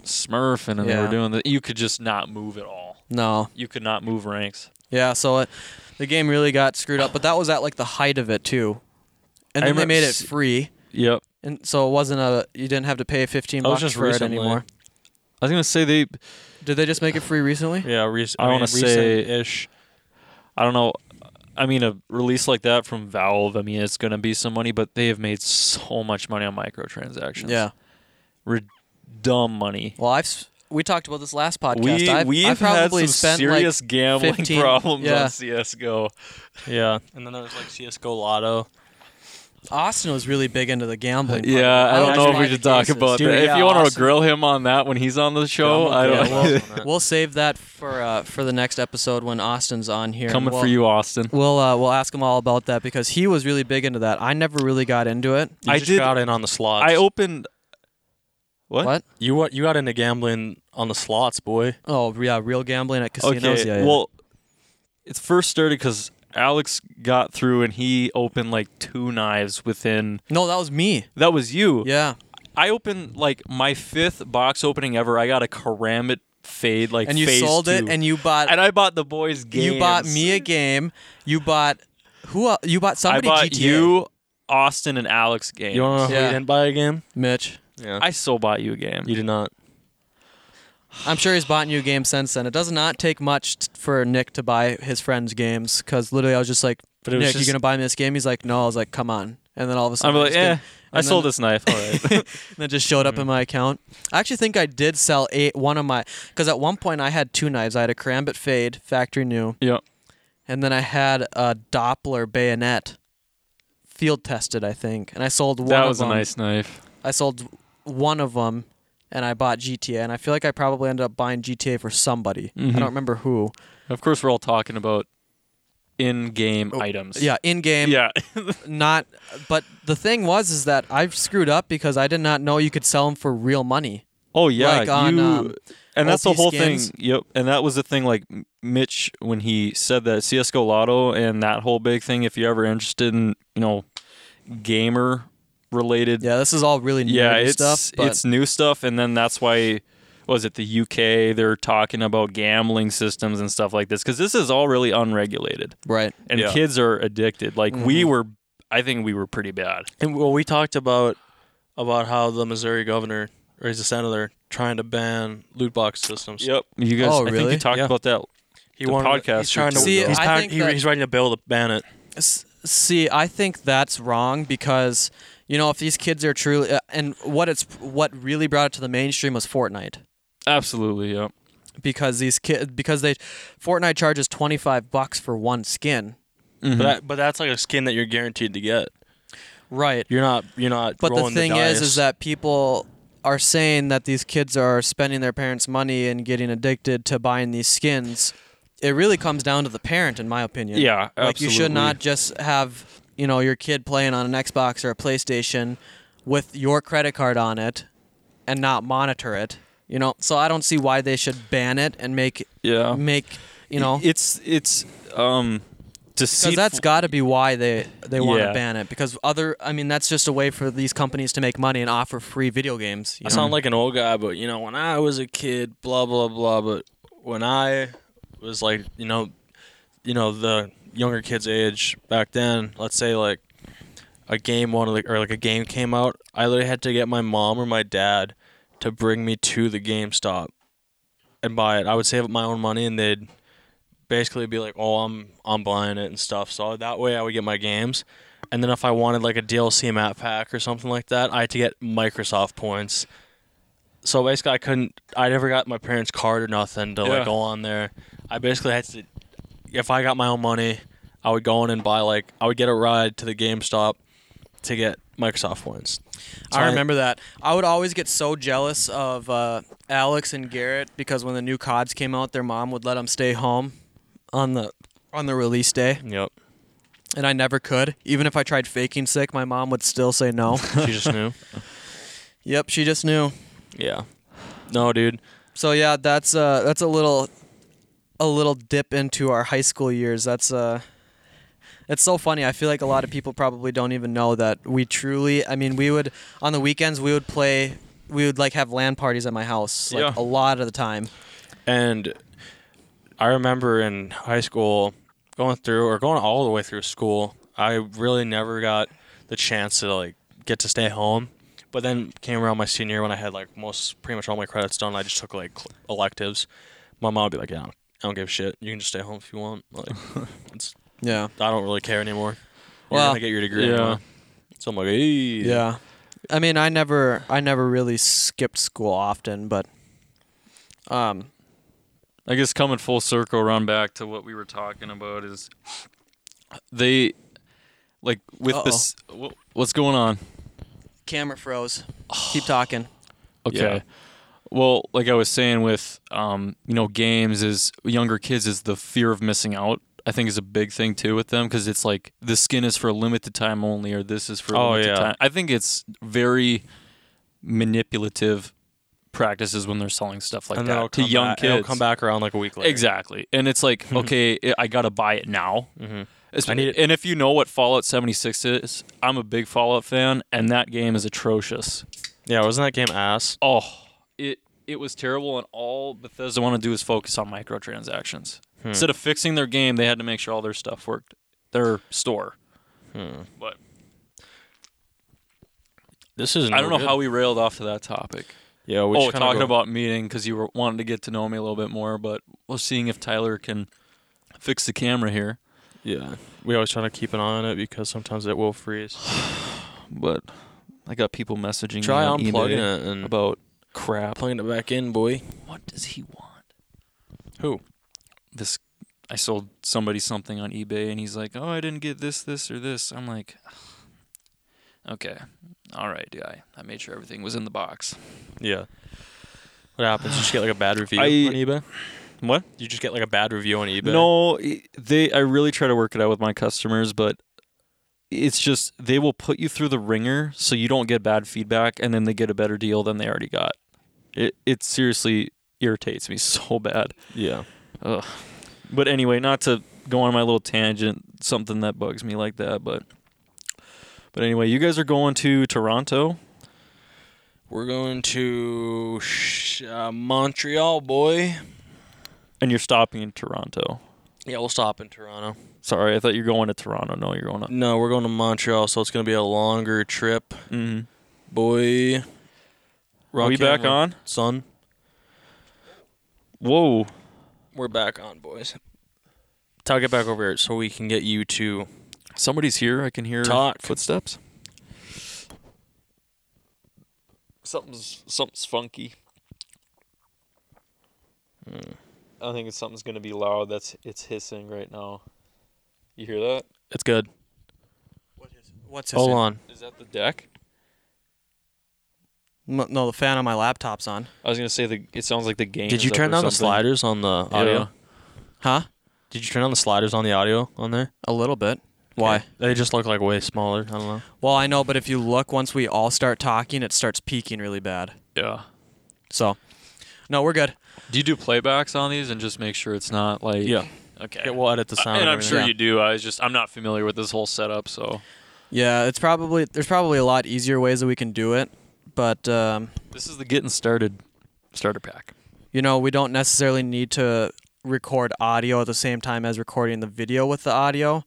Speaker 4: smurfing and they
Speaker 1: Yeah.
Speaker 4: were doing that. You could just not move at all.
Speaker 1: No.
Speaker 3: You could not move ranks.
Speaker 1: Yeah. So it, the game really got screwed up. But that was at like the height of it too. And
Speaker 3: I
Speaker 1: then they
Speaker 3: remember
Speaker 1: made it
Speaker 3: s-
Speaker 1: free.
Speaker 4: Yep.
Speaker 1: And so it wasn't a you didn't have to pay 15
Speaker 3: That was
Speaker 1: bucks
Speaker 3: just
Speaker 1: for
Speaker 3: recently.
Speaker 1: it anymore.
Speaker 4: I was gonna say they.
Speaker 1: Did they just make it free recently?
Speaker 2: Yeah, rec-
Speaker 3: I wanna
Speaker 2: mean,
Speaker 3: say-
Speaker 2: recent-ish.
Speaker 3: I don't know. I mean, a release like that from Valve. I mean, it's gonna be some money, but they have made so much money on microtransactions.
Speaker 1: Yeah.
Speaker 3: Rid- dumb money.
Speaker 1: Well, I've s- we talked about this last podcast.
Speaker 3: We
Speaker 1: I've,
Speaker 3: we've
Speaker 1: I've probably
Speaker 3: had some
Speaker 1: spent
Speaker 3: serious gambling
Speaker 1: 15
Speaker 3: problems
Speaker 1: yeah.
Speaker 3: on CS:GO.
Speaker 2: Yeah, and then there was like CS:GO Lotto.
Speaker 1: Austin was really big into the gambling. part.
Speaker 4: Yeah, I don't
Speaker 1: That's
Speaker 4: know if
Speaker 1: why
Speaker 4: we
Speaker 1: the
Speaker 4: should talk
Speaker 1: cases-
Speaker 4: about
Speaker 1: Dude,
Speaker 4: that.
Speaker 1: yeah,
Speaker 4: if you want to
Speaker 1: Austin.
Speaker 4: grill him on that when he's on the
Speaker 3: Oh,
Speaker 4: show, I don't.
Speaker 1: We'll save that for uh, for the next episode when Austin's on here.
Speaker 4: Coming
Speaker 1: We'll-
Speaker 4: for you, Austin.
Speaker 1: We'll uh, we'll ask him all about that because he was really big into that. I never really got into it.
Speaker 2: You
Speaker 3: I
Speaker 2: just
Speaker 3: did-
Speaker 2: got in on the slots.
Speaker 3: I opened. What?
Speaker 1: What?
Speaker 2: you wa- you got into gambling on the slots, boy.
Speaker 1: Oh yeah, real gambling at casinos.
Speaker 3: Okay.
Speaker 1: Yeah, yeah.
Speaker 3: Well,
Speaker 4: It's first started because Alex got through and he opened like two knives within.
Speaker 1: no, that was me.
Speaker 4: That was you.
Speaker 1: Yeah,
Speaker 4: I opened like my fifth box opening ever. I got a Karamit fade like
Speaker 1: and you
Speaker 4: phase
Speaker 1: sold it,
Speaker 4: two.
Speaker 1: and you bought
Speaker 4: And I bought the boys games.
Speaker 1: you bought me a game. You bought who? el- You
Speaker 4: I
Speaker 1: bought somebody.
Speaker 4: bought
Speaker 1: GTA.
Speaker 4: you, Austin, and Alex games.
Speaker 2: You want to know who
Speaker 1: Yeah.
Speaker 2: you didn't buy a game?
Speaker 1: Mitch.
Speaker 2: Yeah.
Speaker 4: I still bought you a game.
Speaker 2: you did not.
Speaker 1: I'm sure he's bought you a game since then. It does not take much t- for Nick to buy his friends games because literally I was just like,
Speaker 2: But it was
Speaker 1: Nick, you
Speaker 2: just-
Speaker 1: gonna buy me this game? He's like, no. I was like, come on. And then all of a
Speaker 4: I'm
Speaker 1: sudden, I
Speaker 4: like,
Speaker 1: just did-
Speaker 4: eh, Mm-hmm. I
Speaker 1: and
Speaker 4: sold
Speaker 1: then-
Speaker 4: this knife. All right.
Speaker 1: and it just showed up in my account. I actually think I did sell eight one of my because at one point I had two knives. I had a Karambit Fade, factory new,
Speaker 4: yeah.
Speaker 1: and then I had a Doppler bayonet, field tested, I think. And I sold one.
Speaker 4: That
Speaker 1: of
Speaker 4: was a
Speaker 1: them.
Speaker 4: nice knife.
Speaker 1: I sold one of them, and I bought GTA. And I feel like I probably ended up buying GTA for somebody. I
Speaker 4: Mhm.
Speaker 1: don't remember who.
Speaker 4: Of course, we're all talking about in-game
Speaker 1: Oh,
Speaker 4: items.
Speaker 1: Yeah, in game.
Speaker 4: Yeah.
Speaker 1: Not. But the thing was, is that I screwed up because I did not know you could sell them for real money.
Speaker 3: oh yeah,
Speaker 1: like on,
Speaker 3: you.
Speaker 1: um,
Speaker 3: and that's the
Speaker 1: OP
Speaker 3: whole
Speaker 1: skins.
Speaker 3: thing. Yep. And that was the thing. Like M- Mitch, when he said that CS:GO Lotto and that whole big thing. If you're ever interested in, you know, gamer related
Speaker 1: Yeah, this is all really new
Speaker 3: yeah, it's
Speaker 1: stuff. But
Speaker 3: it's new stuff, and then that's why was it the UK? They're talking about gambling systems and stuff like this because this is all really unregulated,
Speaker 1: right.
Speaker 3: and
Speaker 2: Yeah. Mm-hmm.
Speaker 3: kids are addicted. Like we were, I think we were pretty bad.
Speaker 2: And well, we talked about about how the Missouri governor or he's a senator trying to ban loot box systems.
Speaker 3: you guys.
Speaker 1: Oh,
Speaker 3: I think
Speaker 1: really?
Speaker 3: you talked
Speaker 2: Yeah.
Speaker 3: about that.
Speaker 2: He
Speaker 3: The
Speaker 2: wanted.
Speaker 3: podcast
Speaker 2: he's trying to.
Speaker 3: or
Speaker 1: See,
Speaker 2: he's,
Speaker 1: I
Speaker 2: pa-
Speaker 1: think
Speaker 2: he-
Speaker 1: that-
Speaker 2: he's writing a bill to ban it.
Speaker 1: S- See, I think that's wrong because you know if these kids are truly uh, and what it's what really brought it to the mainstream was Fortnite
Speaker 4: Absolutely. Yeah.
Speaker 1: because these kids because they Fortnite charges 25 bucks for one skin.
Speaker 2: But that, but that's like a skin that you're guaranteed to get.
Speaker 1: Right.
Speaker 2: You're not. You're not.
Speaker 1: But the
Speaker 2: rolling
Speaker 1: thing is
Speaker 2: dice.
Speaker 1: is that people are saying that these kids are spending their parents' money and getting addicted to buying these skins. It really comes down to the parent in my opinion.
Speaker 3: Yeah,
Speaker 1: Like you should
Speaker 3: absolutely.
Speaker 1: not just have, you know, your kid playing on an Xbox or a PlayStation with your credit card on it and not monitor it. You know, so I don't see why they should ban it and make
Speaker 3: Yeah,
Speaker 1: make, you know,
Speaker 3: it's it's um
Speaker 1: because
Speaker 3: deceitful.
Speaker 1: that's got to be why they they want to
Speaker 3: Yeah.
Speaker 1: ban it because other I mean that's just a way for these companies to make money and offer free video games. you
Speaker 2: I
Speaker 1: know?
Speaker 2: sound like an old guy, but you know, when I was a kid, blah blah blah. But when I was like, you know, you know, the younger kids' age back then, let's say like a game one or like, or like a game came out, I literally had to get my mom or my dad to bring me to the GameStop and buy it. I would save up my own money, and they'd basically be like, "Oh, I'm I'm buying it and stuff." So that way, I would get my games. And then if I wanted like a DLC map pack or something like that, I had to get Microsoft points. So basically, I couldn't. I never got my parents' card or nothing to
Speaker 4: Yeah.
Speaker 2: like go on there. I basically had to. If I got my own money, I would go in and buy like I would get a ride to the GameStop to get Microsoft points. So
Speaker 1: I remember that. I would always get so jealous of uh, Alex and Garrett because when the new CODs came out, their mom would let them stay home on the on the release day,
Speaker 2: Yep.
Speaker 1: and I never could. Even if I tried faking sick, my mom would still say no.
Speaker 2: She just knew.
Speaker 1: yep, she just knew.
Speaker 2: Yeah. No, dude.
Speaker 1: So yeah, that's uh that's a little a little dip into our high school years. That's uh it's so funny. I feel like a lot of people probably don't even know that we truly I mean, we would on the weekends we would play we would like have LAN parties at my house like
Speaker 3: Yeah.
Speaker 1: a lot of the time.
Speaker 2: And I remember in high school going through or going all the way through school, I really never got the chance to like get to stay home. But then came around my senior year when I had like most pretty much all my credits done. I just took like cl- electives. My mom would be like, "Yeah, I don't give a shit. You can just stay home if you want. Like, it's,
Speaker 1: Yeah.
Speaker 2: I don't really care anymore. You're
Speaker 1: Well,
Speaker 2: gonna get your degree
Speaker 3: yeah.
Speaker 2: anyway." So I'm like, "Hey,
Speaker 1: Yeah. I mean, I never I never really skipped school often, but um
Speaker 4: I guess coming full circle, run back to what we were talking about is they
Speaker 3: Like with
Speaker 1: Uh-oh.
Speaker 3: this, wh- what's going on?
Speaker 1: Camera froze. Keep talking.
Speaker 3: Yeah.
Speaker 4: Okay.
Speaker 3: Well, like I was saying with um, you know games is younger kids is the fear of missing out. I think is a big thing too with them because it's like the skin is for a limited time only, or this is for a
Speaker 2: Oh,
Speaker 3: limited
Speaker 2: yeah.
Speaker 3: time. I think it's very manipulative practices when they're selling stuff like
Speaker 2: and then
Speaker 3: that
Speaker 2: it'll
Speaker 3: to
Speaker 2: come
Speaker 3: young
Speaker 2: back,
Speaker 3: kids.
Speaker 2: It'll come back around like a week later. Mm-hmm.
Speaker 3: Exactly, and it's like okay, I- I gotta buy it now. It's-
Speaker 2: I need it-
Speaker 3: And if you know what Fallout 76 is, I'm a big Fallout fan, and that game is atrocious.
Speaker 2: Yeah, wasn't that game ass?
Speaker 3: Oh, it it was terrible, and all Bethesda want to do is focus on microtransactions. Instead of fixing their game, they had to make sure all their stuff worked, their store. But
Speaker 2: This is
Speaker 3: I don't know how we railed off to that topic.
Speaker 2: Yeah, we
Speaker 3: oh,
Speaker 2: should kinda
Speaker 3: talking
Speaker 2: go-
Speaker 3: about meeting because you were wanting to get to know me a little bit more, but we're seeing if Tyler can fix the camera here.
Speaker 2: Yeah, we always try to keep an eye on it because sometimes it will freeze.
Speaker 3: But I got people messaging
Speaker 2: Try
Speaker 3: me on
Speaker 2: unplugging
Speaker 3: eBay
Speaker 2: it and
Speaker 3: about crap.
Speaker 2: plugging it back in, boy.
Speaker 3: What does he want?
Speaker 2: Who?
Speaker 3: this I sold somebody something on eBay and he's like, "Oh, I didn't get this, this or this." I'm like, "Okay. All right, guy. I made sure everything was in the box."
Speaker 2: Yeah. What happens? You just get like a bad review
Speaker 3: I-
Speaker 2: on eBay.
Speaker 3: What?
Speaker 2: You just get like a bad review on eBay.
Speaker 3: No, i- they I really try to work it out with my customers, but it's just they will put you through the ringer so you don't get bad feedback and then they get a better deal than they already got. It it seriously irritates me so bad.
Speaker 2: Yeah.
Speaker 3: Ugh. But anyway, not to go on my little tangent, something that bugs me like that, but but anyway, you guys are going to Toronto.
Speaker 2: We're going to sh- uh, Montreal, boy.
Speaker 3: And you're stopping in Toronto.
Speaker 2: Yeah, we'll stop in Toronto.
Speaker 3: Sorry, I thought you were going to Toronto. No, you're going to.
Speaker 2: No, we're going to Montreal, so it's gonna be a longer trip,
Speaker 3: Mm.
Speaker 2: boy.
Speaker 3: Are
Speaker 2: Rock
Speaker 3: we back
Speaker 2: camera,
Speaker 3: on?
Speaker 2: son?
Speaker 3: Whoa.
Speaker 2: We're back on, boys. Tug it back over here so we can get you to
Speaker 3: Somebody's here. I can hear
Speaker 2: Talk.
Speaker 3: footsteps. Something's something's funky. Hmm. I think it's something's gonna be loud. That's it's hissing right now. You hear that?
Speaker 2: It's good.
Speaker 1: What's his
Speaker 2: Hold
Speaker 1: name?
Speaker 2: on.
Speaker 3: Is that the deck?
Speaker 1: M- No, the fan on my laptop's on.
Speaker 3: I was gonna say the. It sounds like the game.
Speaker 2: Did you turn down the sliders on the audio?
Speaker 3: Yeah.
Speaker 1: Huh?
Speaker 2: Did you turn down the sliders on the audio on there?
Speaker 1: A little bit. Why?
Speaker 2: They just look like way smaller. I don't know.
Speaker 1: Well, I know, but if you look, once we all start talking, it starts peaking really bad.
Speaker 3: Yeah.
Speaker 1: So, no, we're good.
Speaker 3: Do you do playbacks on these and just make sure it's not like? Okay.
Speaker 2: Okay, we'll edit the sound.
Speaker 3: and I'm sure
Speaker 1: Yeah.
Speaker 3: you do. I was just I'm not familiar with this whole setup, so
Speaker 1: Yeah, it's probably there's probably a lot easier ways that we can do it, but um,
Speaker 3: this is the getting started starter pack.
Speaker 1: you know, we don't necessarily need to record audio at the same time as recording the video with the audio,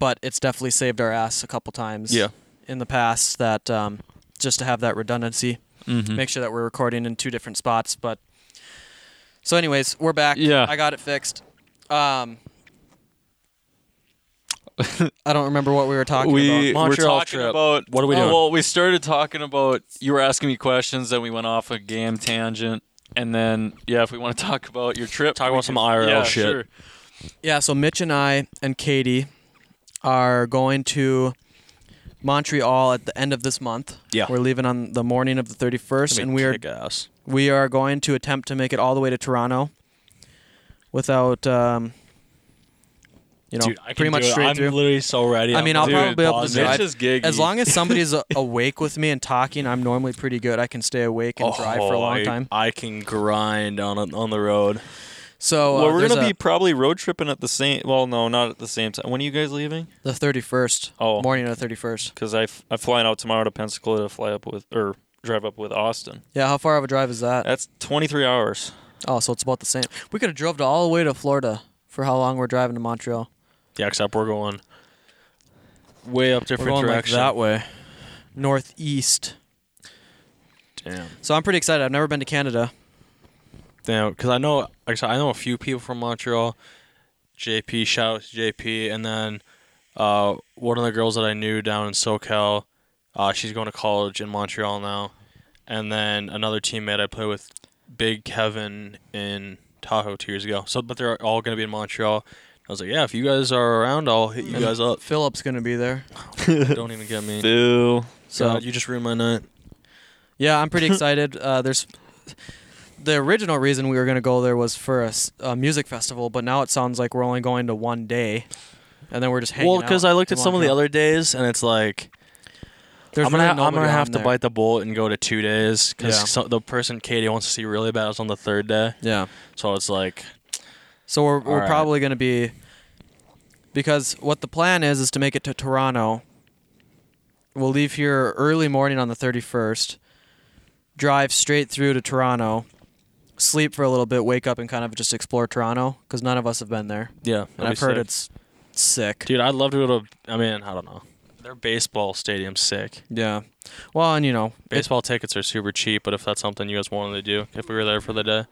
Speaker 1: but it's definitely saved our ass a couple times
Speaker 2: Yeah.
Speaker 1: in the past that um, just to have that redundancy,
Speaker 3: Mm-hmm.
Speaker 1: make sure that we're recording in two different spots. But so, anyways, we're back.
Speaker 3: Yeah.
Speaker 1: I got it fixed. Um, I don't remember what we were talking
Speaker 3: We
Speaker 1: about.
Speaker 3: were
Speaker 2: Montreal
Speaker 3: talking
Speaker 2: trip.
Speaker 3: about
Speaker 2: What are we
Speaker 3: oh,
Speaker 2: doing?
Speaker 3: Well, we started talking about you were asking me questions, then we went off a game tangent, and then yeah, if we want to talk about your trip,
Speaker 2: Talk
Speaker 3: we
Speaker 2: about some
Speaker 3: can-
Speaker 2: IRL
Speaker 3: yeah,
Speaker 2: shit.
Speaker 3: Sure.
Speaker 1: Yeah, so Mitch and I and Katie are going to Montreal at the end of this month.
Speaker 2: Yeah.
Speaker 1: We're leaving on the morning of the 31st and we are
Speaker 2: gas.
Speaker 1: we are going to attempt to make it all the way to Toronto without um you know, pretty much straight
Speaker 2: I'm
Speaker 1: through.
Speaker 2: literally so ready.
Speaker 1: I mean, I'll
Speaker 2: dude,
Speaker 1: probably be able to
Speaker 2: positive.
Speaker 1: drive.
Speaker 3: Mitch is giggy.
Speaker 1: as long as somebody's a- awake with me and talking, I'm normally pretty good. I can stay awake and drive for a
Speaker 2: Oh,
Speaker 1: long
Speaker 2: I-
Speaker 1: time.
Speaker 2: I can grind on a- on the road.
Speaker 1: So uh,
Speaker 3: well, we're
Speaker 1: there's
Speaker 3: gonna
Speaker 1: a-
Speaker 3: be probably road tripping at the same. Well, no, not at the same time. When are you guys leaving?
Speaker 1: the 31st,
Speaker 3: Oh.
Speaker 1: morning of the 31st.
Speaker 3: Because I f- I'm flying out tomorrow to Pensacola to fly up with or drive up with Austin.
Speaker 1: Yeah, how far of a drive is that?
Speaker 3: That's 23 hours.
Speaker 1: Oh, so it's about the same. We could have drove to all the way to Florida for how long we're driving to Montreal.
Speaker 2: Yeah, except we're going way up different
Speaker 1: going like
Speaker 2: direction.
Speaker 1: that way. Northeast.
Speaker 2: Damn.
Speaker 1: So I'm pretty excited. I've never been to Canada.
Speaker 2: Damn, because I know, like I said, I know a few people from Montreal. JP, shout out to JP, and then uh, one of the girls that I knew down in SoCal, uh, she's going to college in Montreal now, and then another teammate I play with, Big Kevin in Tahoe two years ago. So, but they're all going to be in Montreal. I was like, yeah, if you guys are around, I'll hit you guys up.
Speaker 1: Philip's gonna be there.
Speaker 2: Don't even get me.
Speaker 3: Boo.
Speaker 2: So
Speaker 1: So
Speaker 2: you just ruined my night.
Speaker 1: yeah, I'm pretty excited. Uh, there's the original reason we were gonna go there was for a, s- a music festival, but now it sounds like we're only going to one day, and then we're just hanging.
Speaker 2: Well, because I looked at some of the other days, and it's like I'm gonna ha- I'm gonna have to bite the bullet and go to two days because
Speaker 1: Yeah.
Speaker 2: the person Katie wants to see really bad is on the third day.
Speaker 1: Yeah.
Speaker 2: So it's like
Speaker 1: So we're, we're
Speaker 2: right.
Speaker 1: probably going to be because what the plan is is to make it to Toronto. We'll leave here early morning on the 31st, drive straight through to Toronto, sleep for a little bit, wake up and kind of just explore Toronto because none of us have been there.
Speaker 2: yeah,
Speaker 1: And I've heard it's sick.
Speaker 2: Dude, I'd love to go to. I mean, I don't know. Their baseball stadium's sick.
Speaker 1: Yeah. Well, and you know, it,
Speaker 2: Baseball tickets are super cheap, but if that's something you guys wanted to do, if we were there for the day,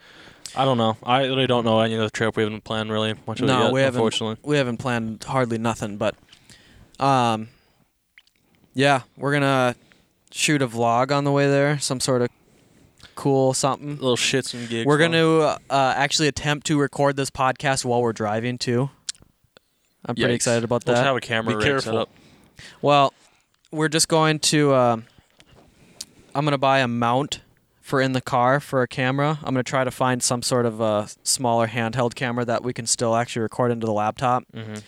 Speaker 2: I don't know. I really don't know any of the trip. We haven't planned really much of it
Speaker 1: No,
Speaker 2: yet,
Speaker 1: we haven't.
Speaker 2: unfortunately.
Speaker 1: we haven't planned hardly nothing, but um yeah, we're going to shoot a vlog on the way there, some sort of cool something.
Speaker 2: Little shits and gigs.
Speaker 1: We're
Speaker 2: though.
Speaker 1: going to uh, actually attempt to record this podcast while we're driving too. I'm pretty
Speaker 4: Yikes.
Speaker 1: excited about
Speaker 2: Let's
Speaker 1: that.
Speaker 2: have a camera
Speaker 3: Be
Speaker 2: rig set
Speaker 3: careful.
Speaker 2: up.
Speaker 1: well, we're just going to. um I'm going to buy a mount for in the car for a camera. I'm going to try to find some sort of a smaller handheld camera that we can still actually record into the laptop.
Speaker 3: Mm-hmm.
Speaker 2: Mhm.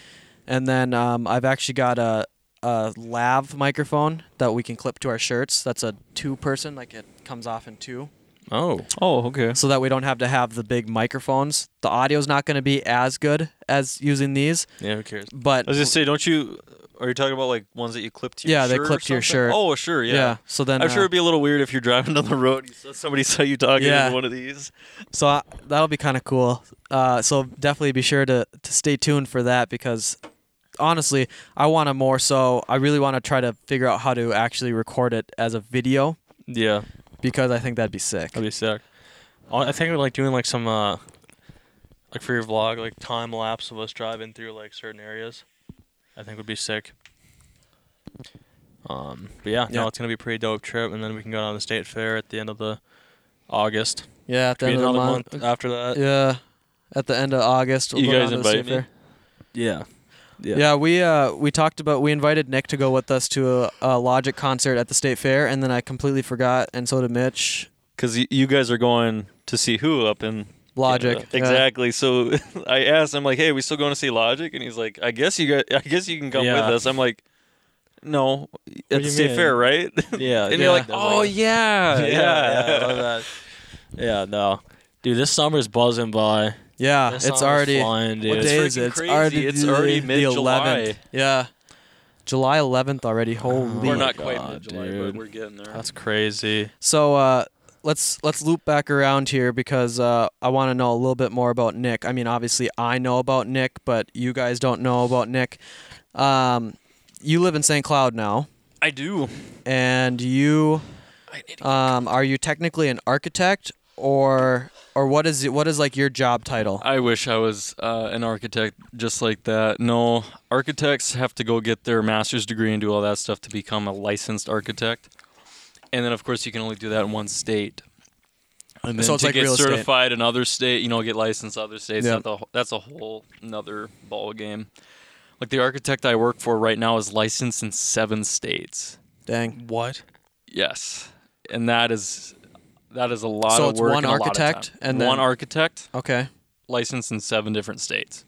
Speaker 1: And then um, I've actually got a, a lav microphone that we can clip to our shirts. That's a two person, like it comes off in two.
Speaker 2: Oh,
Speaker 3: Oh, okay.
Speaker 1: so that we don't have to have the big microphones. The audio's not going to be as good as using these,
Speaker 2: yeah. Who cares?
Speaker 1: but
Speaker 3: I was gonna say, don't you? Are you talking about like ones that you clip to?
Speaker 1: Yeah,
Speaker 3: your
Speaker 1: they
Speaker 3: shirt or
Speaker 1: clip to your
Speaker 3: something?
Speaker 1: shirt.
Speaker 3: Oh, sure, yeah.
Speaker 1: yeah. So then,
Speaker 3: I'm sure
Speaker 1: uh,
Speaker 3: it'd be a little weird if you're driving down the road and you saw somebody saw you talking
Speaker 1: Yeah.
Speaker 3: in one of these.
Speaker 1: so I, that'll be kind of cool. Uh, so definitely be sure to to stay tuned for that because honestly, I want to more. So I really want to try to figure out how to actually record it as a video
Speaker 2: Yeah,
Speaker 1: because I think that'd be sick.
Speaker 2: that'd be sick. Oh, I I think we're like doing like some uh, like for your vlog, like time lapse of us driving through like certain areas. I think would be sick. Um, but yeah,
Speaker 1: Yeah.
Speaker 2: no, it's gonna be a pretty dope trip, and then we can go down to the state fair at the end of the August.
Speaker 1: Yeah, at the
Speaker 2: Be
Speaker 1: end of the
Speaker 2: another
Speaker 1: month. Uh,
Speaker 2: month after that.
Speaker 1: Yeah, at the end of August. we'll
Speaker 3: You
Speaker 1: go
Speaker 3: guys
Speaker 1: down to the
Speaker 3: invite
Speaker 1: state
Speaker 3: me?
Speaker 1: fair.
Speaker 2: Yeah.
Speaker 1: Yeah.
Speaker 2: Yeah.
Speaker 1: we uh we talked about we invited Nick to go with us to a, a Logic concert at the state fair, and then I completely forgot, and so did Mitch.
Speaker 3: Because you guys are going to see who up in uh,
Speaker 1: Logic, yeah.
Speaker 3: Exactly. So I asked him like, "Hey, we still going to see Logic?" And he's like, "I guess you guys, I guess you can come
Speaker 2: Yeah.
Speaker 3: with us." I'm like, "No,
Speaker 2: do
Speaker 3: at
Speaker 2: you
Speaker 3: the state
Speaker 2: mean?
Speaker 3: fair, right?"
Speaker 2: Yeah.
Speaker 3: and
Speaker 1: yeah.
Speaker 3: you're like, "Oh yeah, yeah."
Speaker 2: yeah, I love that. Yeah, no. Dude, this summer's buzzing by.
Speaker 1: Yeah,
Speaker 2: This
Speaker 1: Uh, it's
Speaker 2: summer's
Speaker 1: already
Speaker 2: flying, dude.
Speaker 1: what
Speaker 3: It's
Speaker 1: day is
Speaker 3: freaking
Speaker 1: it? It's
Speaker 3: crazy.
Speaker 1: already
Speaker 3: It's already
Speaker 1: the
Speaker 3: mid-July.
Speaker 1: 11th. Yeah, July 11th already. Holy.
Speaker 3: We're not
Speaker 2: Oh God,
Speaker 3: quite in July,
Speaker 2: dude.
Speaker 3: but we're getting there.
Speaker 2: That's crazy.
Speaker 1: So uh, let's let's loop back around here because uh, I want to know a little bit more about Nick. I mean, obviously I know about Nick, but you guys don't know about Nick. Um, you live in St. Cloud now.
Speaker 3: I do.
Speaker 1: and you um, are you technically an architect or or what is it, what is like your job title?
Speaker 4: I wish I was uh, an architect just like that. No, architects have to go get their master's degree and do all that stuff to become a licensed architect. And then, of course, you can only do that in one state. And then
Speaker 1: So it's
Speaker 4: to
Speaker 1: like
Speaker 4: get
Speaker 1: real estate.
Speaker 4: certified in other state, you know, get licensed other states.
Speaker 1: Yeah.
Speaker 4: That's, a, wh- that's a whole another ball game. Like the architect I work for right now is licensed in seven states.
Speaker 1: Dang.
Speaker 2: What?
Speaker 4: Yes, and that is that is a lot
Speaker 1: So
Speaker 4: of
Speaker 1: it's
Speaker 4: work.
Speaker 1: one
Speaker 4: and a lot of time.
Speaker 1: architect and
Speaker 4: one
Speaker 1: then-
Speaker 4: architect
Speaker 1: Okay.
Speaker 4: licensed in seven different states.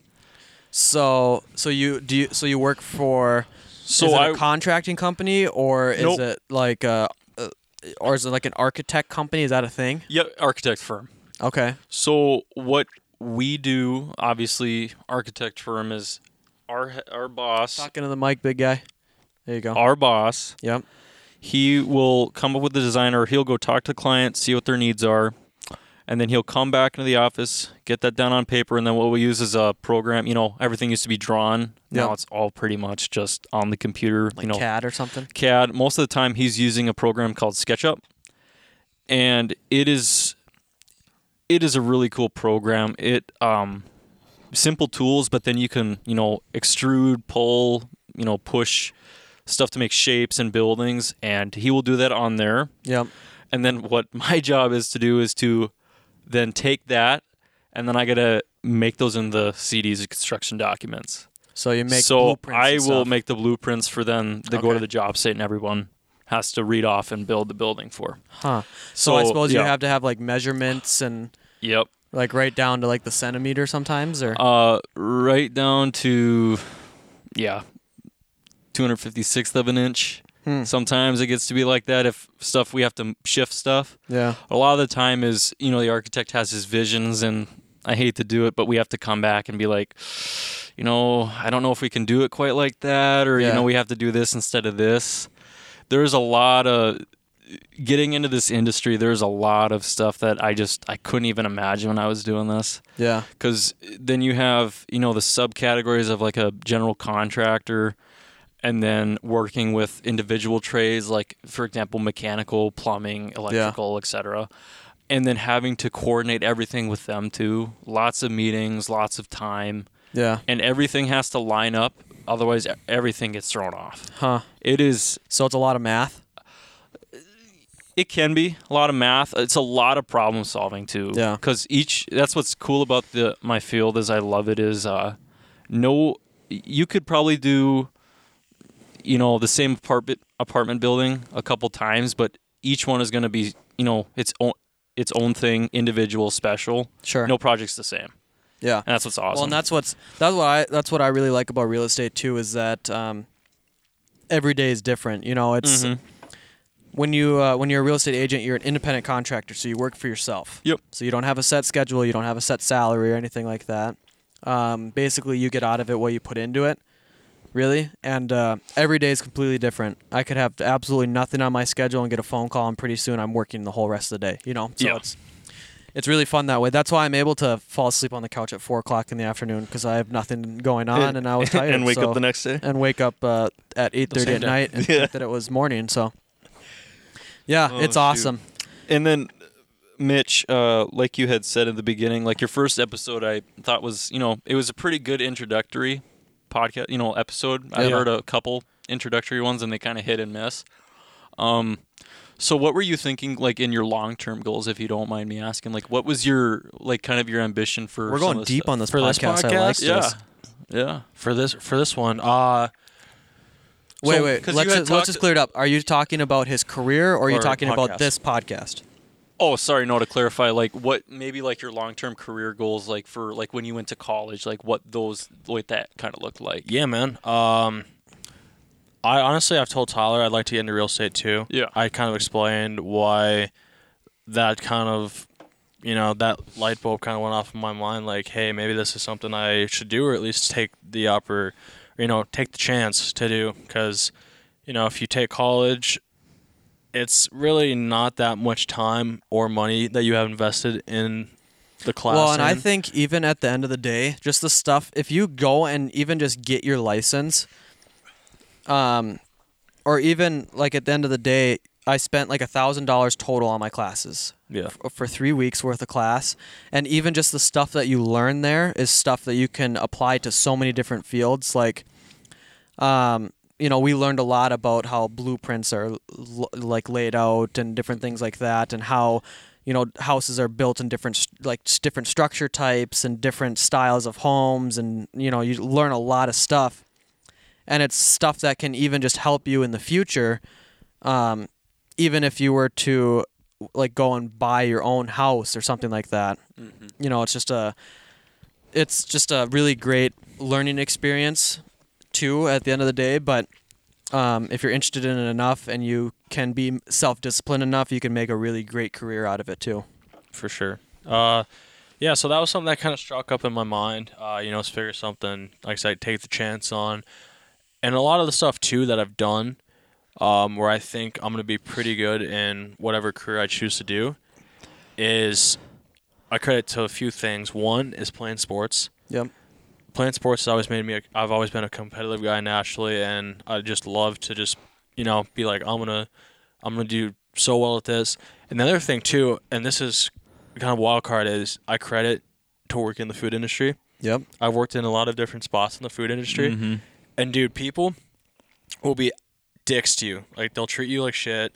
Speaker 1: So so you do you, so you work for
Speaker 3: So
Speaker 1: is it a
Speaker 3: I-
Speaker 1: contracting company or is
Speaker 3: Nope.
Speaker 1: it like uh uh, or is it like an architect company? Is that a thing?
Speaker 4: Yeah, architect firm.
Speaker 1: Okay.
Speaker 4: So what we do, obviously, architect firm is our our boss.
Speaker 1: Talking to the mic, big guy. There you go.
Speaker 3: Our boss,
Speaker 1: Yep.
Speaker 3: he will come up with the designer. He'll go talk to the client, see what their needs are, and then he'll come back into the office, get that down on paper, and then what we use is a program. You know, everything used to be drawn.
Speaker 1: Yeah.
Speaker 3: Now it's all pretty much just on the computer.
Speaker 1: Like
Speaker 3: you know,
Speaker 1: CAD or something.
Speaker 3: CAD. Most of the time, he's using a program called SketchUp, and it is it is a really cool program. It um, simple tools, but then you can you know extrude, pull, you know push stuff to make shapes and buildings, and he will do that on there.
Speaker 1: Yep.
Speaker 3: And then what my job is to do is to then take that, and then I gotta make those in the CDs construction documents.
Speaker 1: So you make
Speaker 3: so
Speaker 1: blueprints
Speaker 3: I
Speaker 1: and
Speaker 3: will
Speaker 1: stuff.
Speaker 3: make the blueprints for them. They go
Speaker 1: Okay.
Speaker 3: to the job site and everyone has to read off and build the building for.
Speaker 1: Huh. So, I
Speaker 3: So,
Speaker 1: suppose you
Speaker 3: yeah.
Speaker 1: have to have like measurements and
Speaker 3: Yep.
Speaker 1: like right down to like the centimeter sometimes or
Speaker 3: Uh, right down to, yeah, 256th of an inch.
Speaker 1: Hmm.
Speaker 3: Sometimes it gets to be like that if stuff we have to shift stuff.
Speaker 1: yeah.
Speaker 3: A lot of the time is, you know, the architect has his visions and I hate to do it, but we have to come back and be like, you know, I don't know if we can do it quite like that or,
Speaker 1: Yeah.
Speaker 3: you know, we have to do this instead of this. There's a lot of getting into this industry, there's a lot of stuff that I just I couldn't even imagine when I was doing this
Speaker 1: Yeah.
Speaker 3: because then you have you know the subcategories of like a general contractor and then working with individual trades like for example mechanical plumbing electrical etc and then having to coordinate everything with them too lots of meetings lots of time
Speaker 1: Yeah.
Speaker 3: and everything has to line up otherwise e- everything gets thrown off
Speaker 1: Huh.
Speaker 3: it is
Speaker 1: So it's a lot of math.
Speaker 3: it can be a lot of math it's a lot of problem solving too
Speaker 1: Yeah.
Speaker 3: because each that's what's cool about the my field is i love it is uh no you could probably do you know the same apartment apartment building a couple times but each one is going to be you know its own its own thing individual special
Speaker 1: Sure.
Speaker 3: no project's the same
Speaker 1: Yeah.
Speaker 3: and that's what's awesome
Speaker 1: Well, and that's what's that's what I that's what I really like about real estate too is that um, every day is different. You know, it's
Speaker 3: Mhm.
Speaker 1: when you uh, when you're a real estate agent, you're an independent contractor, so you work for yourself.
Speaker 3: Yep.
Speaker 1: So you don't have a set schedule, you don't have a set salary or anything like that. Um, basically, you get out of it what you put into it, really. And uh, every day is completely different. I could have absolutely nothing on my schedule and get a phone call, and pretty soon I'm working the whole rest of the day. You know, so
Speaker 3: Yeah.
Speaker 1: it's it's really fun that way. That's why I'm able to fall asleep on the couch at four o'clock in the afternoon because I have nothing going on and, I was tired.
Speaker 5: and wake
Speaker 1: so-
Speaker 5: up the next day.
Speaker 1: and wake up uh, at eight thirty
Speaker 2: same
Speaker 1: at
Speaker 2: day.
Speaker 1: night and
Speaker 5: Yeah.
Speaker 1: think that it was morning. So yeah,
Speaker 5: Oh,
Speaker 1: it's
Speaker 5: shoot.
Speaker 1: awesome.
Speaker 3: And then, Mitch, uh, like you had said in the beginning, like your first episode, I thought was, you know, it was a pretty good introductory podcast, you know, episode. I've
Speaker 1: Yeah.
Speaker 3: heard a couple introductory ones, and they kind of hit and miss. Um, so what were you thinking, like in your long-term goals, if you don't mind me asking? Like, what was your, like, kind of your ambition for?
Speaker 1: We're
Speaker 3: some
Speaker 1: going
Speaker 3: of
Speaker 1: deep on this
Speaker 2: For
Speaker 1: podcast.
Speaker 2: this
Speaker 1: I like
Speaker 2: podcast?
Speaker 1: this.
Speaker 3: Yeah, yeah.
Speaker 2: for this for this one. Uh
Speaker 1: Wait,
Speaker 3: So-
Speaker 1: wait.
Speaker 3: 'cause
Speaker 1: Let's
Speaker 3: you had
Speaker 1: just, let's
Speaker 3: talked-
Speaker 1: just clear it up. Are you talking about his career, or are you
Speaker 2: Or
Speaker 1: talking about
Speaker 2: podcast.
Speaker 1: this podcast?
Speaker 3: Oh, sorry, no. To clarify, like, what maybe like your long-term career goals, like for like when you went to college, like what those, what that kind of looked like.
Speaker 2: yeah, man. Um I honestly I've told Tyler I'd like to get into real estate too.
Speaker 3: Yeah.
Speaker 2: I kind of explained why that kind of you know, that light bulb kind of went off in my mind like, hey, maybe this is something I should do or at least take the upper, you know, take the chance to do cuz you know, if you take college it's really not that much time or money that you have invested in the class.
Speaker 1: Well, and I
Speaker 2: in.
Speaker 1: think even at the end of the day, just the stuff. If you go and even just get your license, um, or even like at the end of the day, I spent like a thousand dollars total on my classes.
Speaker 2: Yeah.
Speaker 1: f- for three weeks worth of class and even just the stuff that you learn there is stuff that you can apply to so many different fields like um, you know we learned a lot about how blueprints are l- like laid out and different things like that and how you know houses are built in different st- like s- different structure types and different styles of homes and you know you learn a lot of stuff and it's stuff that can even just help you in the future um, even if you were to like go and buy your own house or something like that
Speaker 2: Mm-hmm.
Speaker 1: you know it's just a it's just a really great learning experience too at the end of the day but um, if you're interested in it enough and you can be self-disciplined enough you can make a really great career out of it too
Speaker 2: for sure. Uh, yeah, so that was something that kind of struck up in my mind. Uh, you know, just figure something like I said, take the chance on, and a lot of the stuff too that I've done, um, where I think I'm gonna be pretty good in whatever career I choose to do, is I credit to a few things. One is playing sports
Speaker 1: yep
Speaker 2: playing sports has always made me. A, I've always been a competitive guy naturally, and I just love to just you know be like I'm gonna I'm gonna do so well at this. And the other thing too, and this is kind of wild card is I credit to work in the food industry.
Speaker 1: yep
Speaker 2: I've worked in a lot of different spots in the food industry,
Speaker 1: Mm-hmm.
Speaker 2: and dude, people will be dicks to you. Like they'll treat you like shit.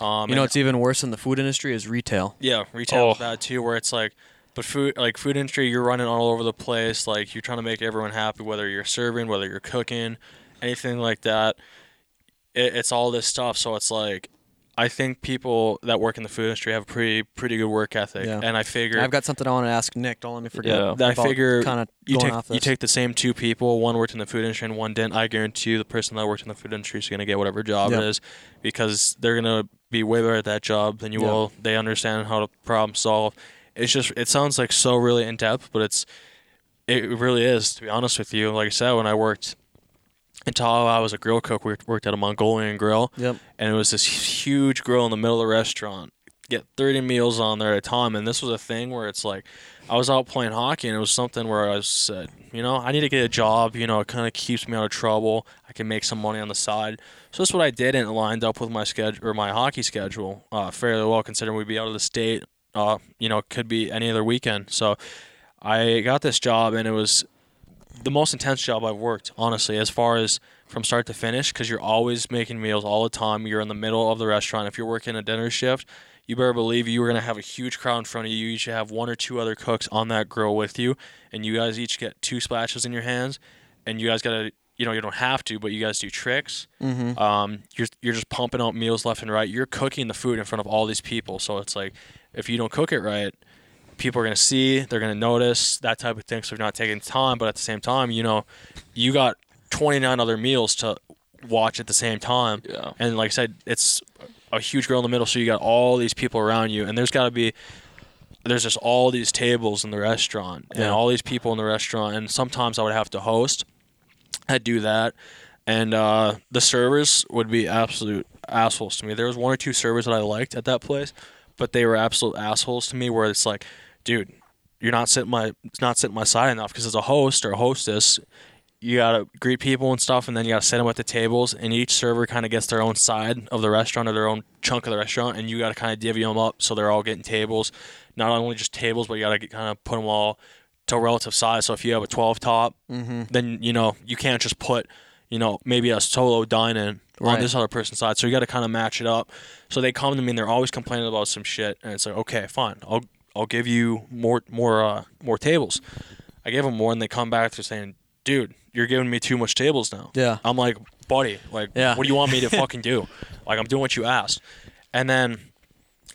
Speaker 2: Um,
Speaker 1: you know
Speaker 2: and-
Speaker 1: it's even worse in the food industry is retail
Speaker 2: yeah, retail
Speaker 3: Oh.
Speaker 2: with that too, where it's like But food, like food industry, you're running all over the place. Like you're trying to make everyone happy, whether you're serving, whether you're cooking, anything like that. It, it's all this stuff. So it's like, I think people that work in the food industry have a pretty pretty good work ethic.
Speaker 1: Yeah.
Speaker 2: And I figure
Speaker 1: I've got something I want to ask Nick. Don't let me forget.
Speaker 3: Yeah.
Speaker 2: I figure
Speaker 1: kind of
Speaker 2: you
Speaker 1: going
Speaker 2: take
Speaker 1: off this.
Speaker 2: you take the same two people. One worked in the food industry and one didn't. I guarantee you, the person that worked in the food industry is going to get whatever job
Speaker 1: Yeah.
Speaker 2: it is because they're going to be way better at that job than you
Speaker 1: Yeah.
Speaker 2: will. They understand how to problem solve. It's just it sounds like so really in depth, but it's it really is to be honest with you. Like I said, when I worked in Tahoe, I was a grill cook. We worked at a Mongolian grill
Speaker 1: Yep.
Speaker 2: and it was this huge grill in the middle of the restaurant. Get 30 meals on there at a time. And this was a thing where it's like, I was out playing hockey, and it was something where I was said, you know, I need to get a job. You know, it kind of keeps me out of trouble. I can make some money on the side. So that's what I did, and it lined up with my schedule or my hockey schedule uh, fairly well, considering we'd be out of the state. Uh, you know, it could be any other weekend. So I got this job, and it was the most intense job I've worked, honestly, as far as from start to finish, because you're always making meals all the time. You're in the middle of the restaurant. If you're working a dinner shift, you better believe you are going to have a huge crowd in front of you. You should have one or two other cooks on that grill with you, and you guys each get two splashes in your hands, and you guys got to, you know, you don't have to, but you guys do tricks. Mm-hmm. Um, you're, you're just pumping out meals left and right. You're cooking the food in front of all these people. So it's like, if you don't cook it right, people are going to see, they're going to notice that type of thing. So you're not taking time, but at the same time, you know, you got 29 other meals to watch at the same time.
Speaker 4: Yeah.
Speaker 2: And like I said, it's a huge grill in the middle, so you got all these people around you, and there's got to be there's just all these tables in the restaurant and all these people in the restaurant, and sometimes I would have to host. I'd do that. And uh, the servers would be absolute assholes to me. There was one or two servers that I liked at that place, but they were absolute assholes to me. Where it's like, dude, you're not sitting my it's not sitting my side enough because as a host or a hostess, you gotta greet people and stuff, and then you gotta sit them at the tables. And each server kind of gets their own side of the restaurant or their own chunk of the restaurant, and you gotta kind of divvy them up so they're all getting tables. Not only just tables, but you gotta kind of put them all to a relative size. So if you have a 12 top,
Speaker 1: Mm-hmm.
Speaker 2: then you know you can't just put you know maybe a solo dine in
Speaker 1: Right.
Speaker 2: on this other person's side. So you got to kind of match it up. So they come to me and they're always complaining about some shit, and it's like okay, fine, I'll I'll give you more more uh, more tables. I gave them more, and they come back to saying, dude, you're giving me too much tables now.
Speaker 1: Yeah.
Speaker 2: I'm like, buddy, like,
Speaker 1: Yeah.
Speaker 2: what do you want me to fucking do? Like, I'm doing what you asked, and then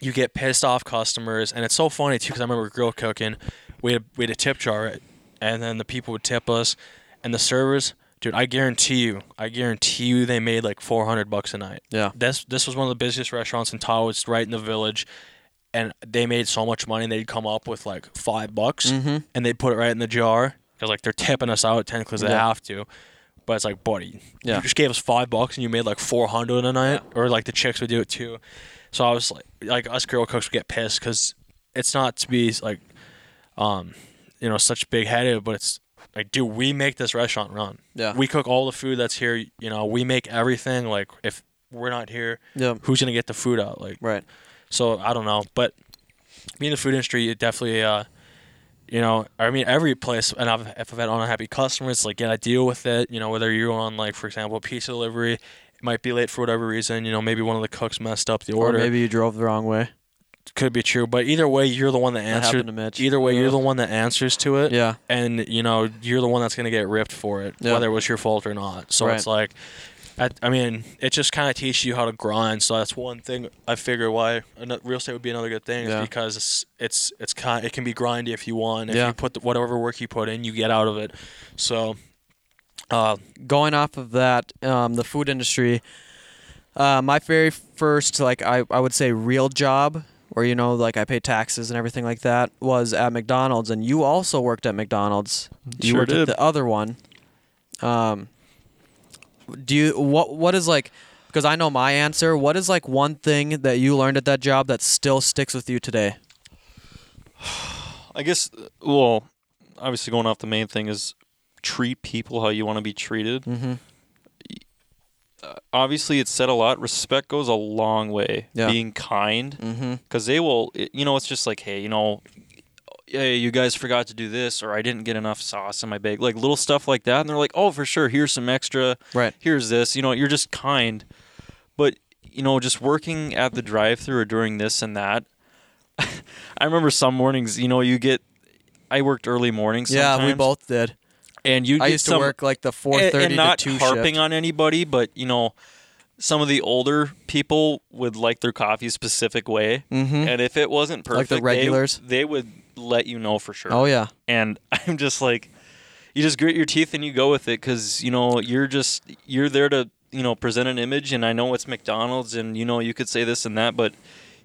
Speaker 2: you get pissed off customers, and it's so funny too because I remember grill cooking, we had we had a tip jar, right? and then the people would tip us, and the servers, dude, I guarantee you, I guarantee you, they made like four hundred bucks a night.
Speaker 1: Yeah.
Speaker 2: This this was one of the busiest restaurants in Tahoe. It's right in the village, and they made so much money they'd come up with like five bucks,
Speaker 1: Mm-hmm.
Speaker 2: and they put it right in the jar because like they're tipping us out technically 'cause they
Speaker 1: Yeah.
Speaker 2: have to. But it's like, buddy,
Speaker 1: Yeah.
Speaker 2: you just gave us five bucks and you made like four hundred in a night, or like the chicks would do it too. So I was like, like us grill cooks would get pissed because it's not to be like, um, you know, such big headed, but it's like, dude, we make this restaurant run.
Speaker 1: Yeah.
Speaker 2: We cook all the food that's here. You know, we make everything. Like if we're not here,
Speaker 1: Yeah.
Speaker 2: who's gonna get the food out? Like
Speaker 1: Right.
Speaker 2: so I don't know, but being in the food industry, it definitely, uh, you know, I mean, every place, and I've, if I've had unhappy customers, like, yeah, I deal with it. You know, whether you're on, like, for example, pizza delivery, it might be late for whatever reason. You know, maybe one of the cooks messed up the
Speaker 1: Or
Speaker 2: order.
Speaker 1: maybe you drove the wrong way.
Speaker 2: Could be true, but either way, you're the one that
Speaker 1: That
Speaker 2: answers.
Speaker 1: happened to Mitch.
Speaker 2: Either way,
Speaker 1: Yeah.
Speaker 2: you're the one that answers to it
Speaker 1: Yeah.
Speaker 2: and you know you're the one that's going to get ripped for it
Speaker 1: Yeah.
Speaker 2: whether it was your fault or not so
Speaker 1: Right.
Speaker 2: it's like I, I mean it just kind of teaches you how to grind so that's one thing i figure why ano- real estate would be another good thing
Speaker 1: Yeah.
Speaker 2: is because it's it's, it's kind it can be grindy if you want if
Speaker 1: Yeah.
Speaker 2: you put the, whatever work you put in you get out of it so uh,
Speaker 1: going off of that, um, the food industry, uh, my very first, like, I, I would say real job where, you know, like I pay taxes and everything like that was at McDonald's. And you also worked at McDonald's. You
Speaker 3: Mm-hmm. Sure
Speaker 1: worked at
Speaker 3: did.
Speaker 1: the other one. Um, do you, what, what is like, because I know my answer, what is like one thing that you learned at that job that still sticks with you today?
Speaker 3: I guess, uh, well, obviously going off the main thing is treat people how you want to be treated. Uh,
Speaker 1: Mm-hmm.
Speaker 3: Obviously, it's said a lot. Respect goes a long way.
Speaker 1: Yeah.
Speaker 3: Being kind.
Speaker 1: Mm-hmm.
Speaker 3: because they will it- you know it's just like hey you know hey you guys forgot to do this or i didn't get enough sauce in my bag like little stuff like that and they're like oh for sure here's some extra
Speaker 1: Right.
Speaker 3: here's this you know you're just kind but you know just working at the drive through or during this and that i remember some mornings you know you get I worked early morning
Speaker 1: yeah,
Speaker 3: sometimes.
Speaker 1: we both did.
Speaker 3: And you
Speaker 1: I used to work like the four
Speaker 3: and,
Speaker 1: thirty
Speaker 3: and not
Speaker 1: to two
Speaker 3: harping
Speaker 1: shift.
Speaker 3: on anybody, but you know, some of the older people would like their coffee a specific way,
Speaker 1: Mhm.
Speaker 3: and if it wasn't
Speaker 1: Like
Speaker 3: perfect,
Speaker 1: the
Speaker 3: they-
Speaker 1: regulars?
Speaker 3: they, would let you know for sure.
Speaker 1: Oh yeah,
Speaker 3: and I'm just like, you just grit your teeth and you go with it because you know you're just you're there to you know present an image, and I know it's McDonald's, and you know you could say this and that, but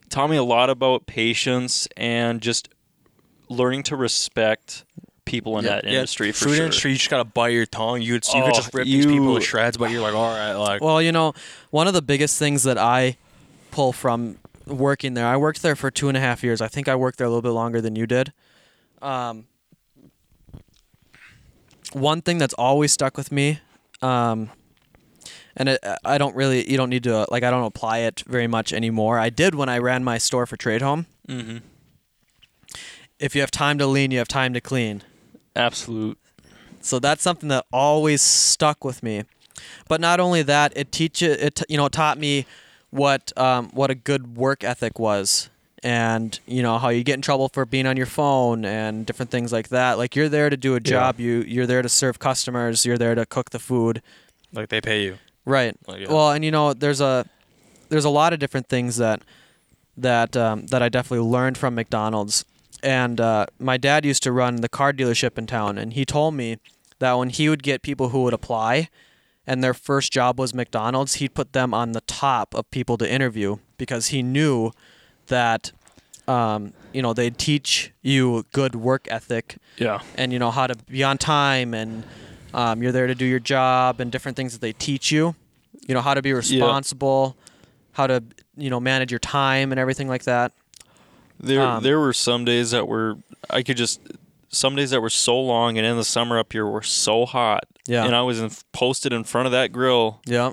Speaker 3: it taught me a lot about patience and just learning to respect people in
Speaker 1: Yeah,
Speaker 3: that
Speaker 2: Yeah,
Speaker 3: industry for
Speaker 2: food
Speaker 3: sure.
Speaker 2: industry, you just gotta bite your tongue. You could, you
Speaker 3: Oh,
Speaker 2: could just rip these people
Speaker 3: you-
Speaker 2: to shreds, but you're like, all right, like
Speaker 1: Well, you know, one of the biggest things that I pull from working there, I worked there for two and a half years. I think I worked there a little bit longer than you did. Um, one thing that's always stuck with me, um, and it, I don't really, you don't need to, like, I don't apply it very much anymore. I did when I ran my store for Trade Home. Mm-hmm. If you have time to lean, you have time to clean.
Speaker 3: Absolute.
Speaker 1: So that's something that always stuck with me. But not only that, it teach it t- you know taught me what um, what a good work ethic was, and you know how you get in trouble for being on your phone and different things like that. Like you're there to do a job. You you're there to serve customers. You're there to cook the food.
Speaker 2: like they pay you.
Speaker 1: Right.
Speaker 2: Like, yeah.
Speaker 1: Well, and you know, there's a there's a lot of different things that that um, that I definitely learned from McDonald's. And uh, my dad used to run the car dealership in town, and he told me that when he would get people who would apply, and their first job was McDonald's, he'd put them on the top of people to interview because he knew that um, you know they teach you good work ethic
Speaker 3: Yeah.
Speaker 1: and you know how to be on time and um, you're there to do your job and different things that they teach you you know how to be responsible how to you know manage your time and everything like that
Speaker 3: There,
Speaker 1: Um,
Speaker 3: there were some days that were I could just some days that were so long, and in the summer up here were so hot.
Speaker 1: Yeah.
Speaker 3: and I was in, posted in front of that grill.
Speaker 1: yeah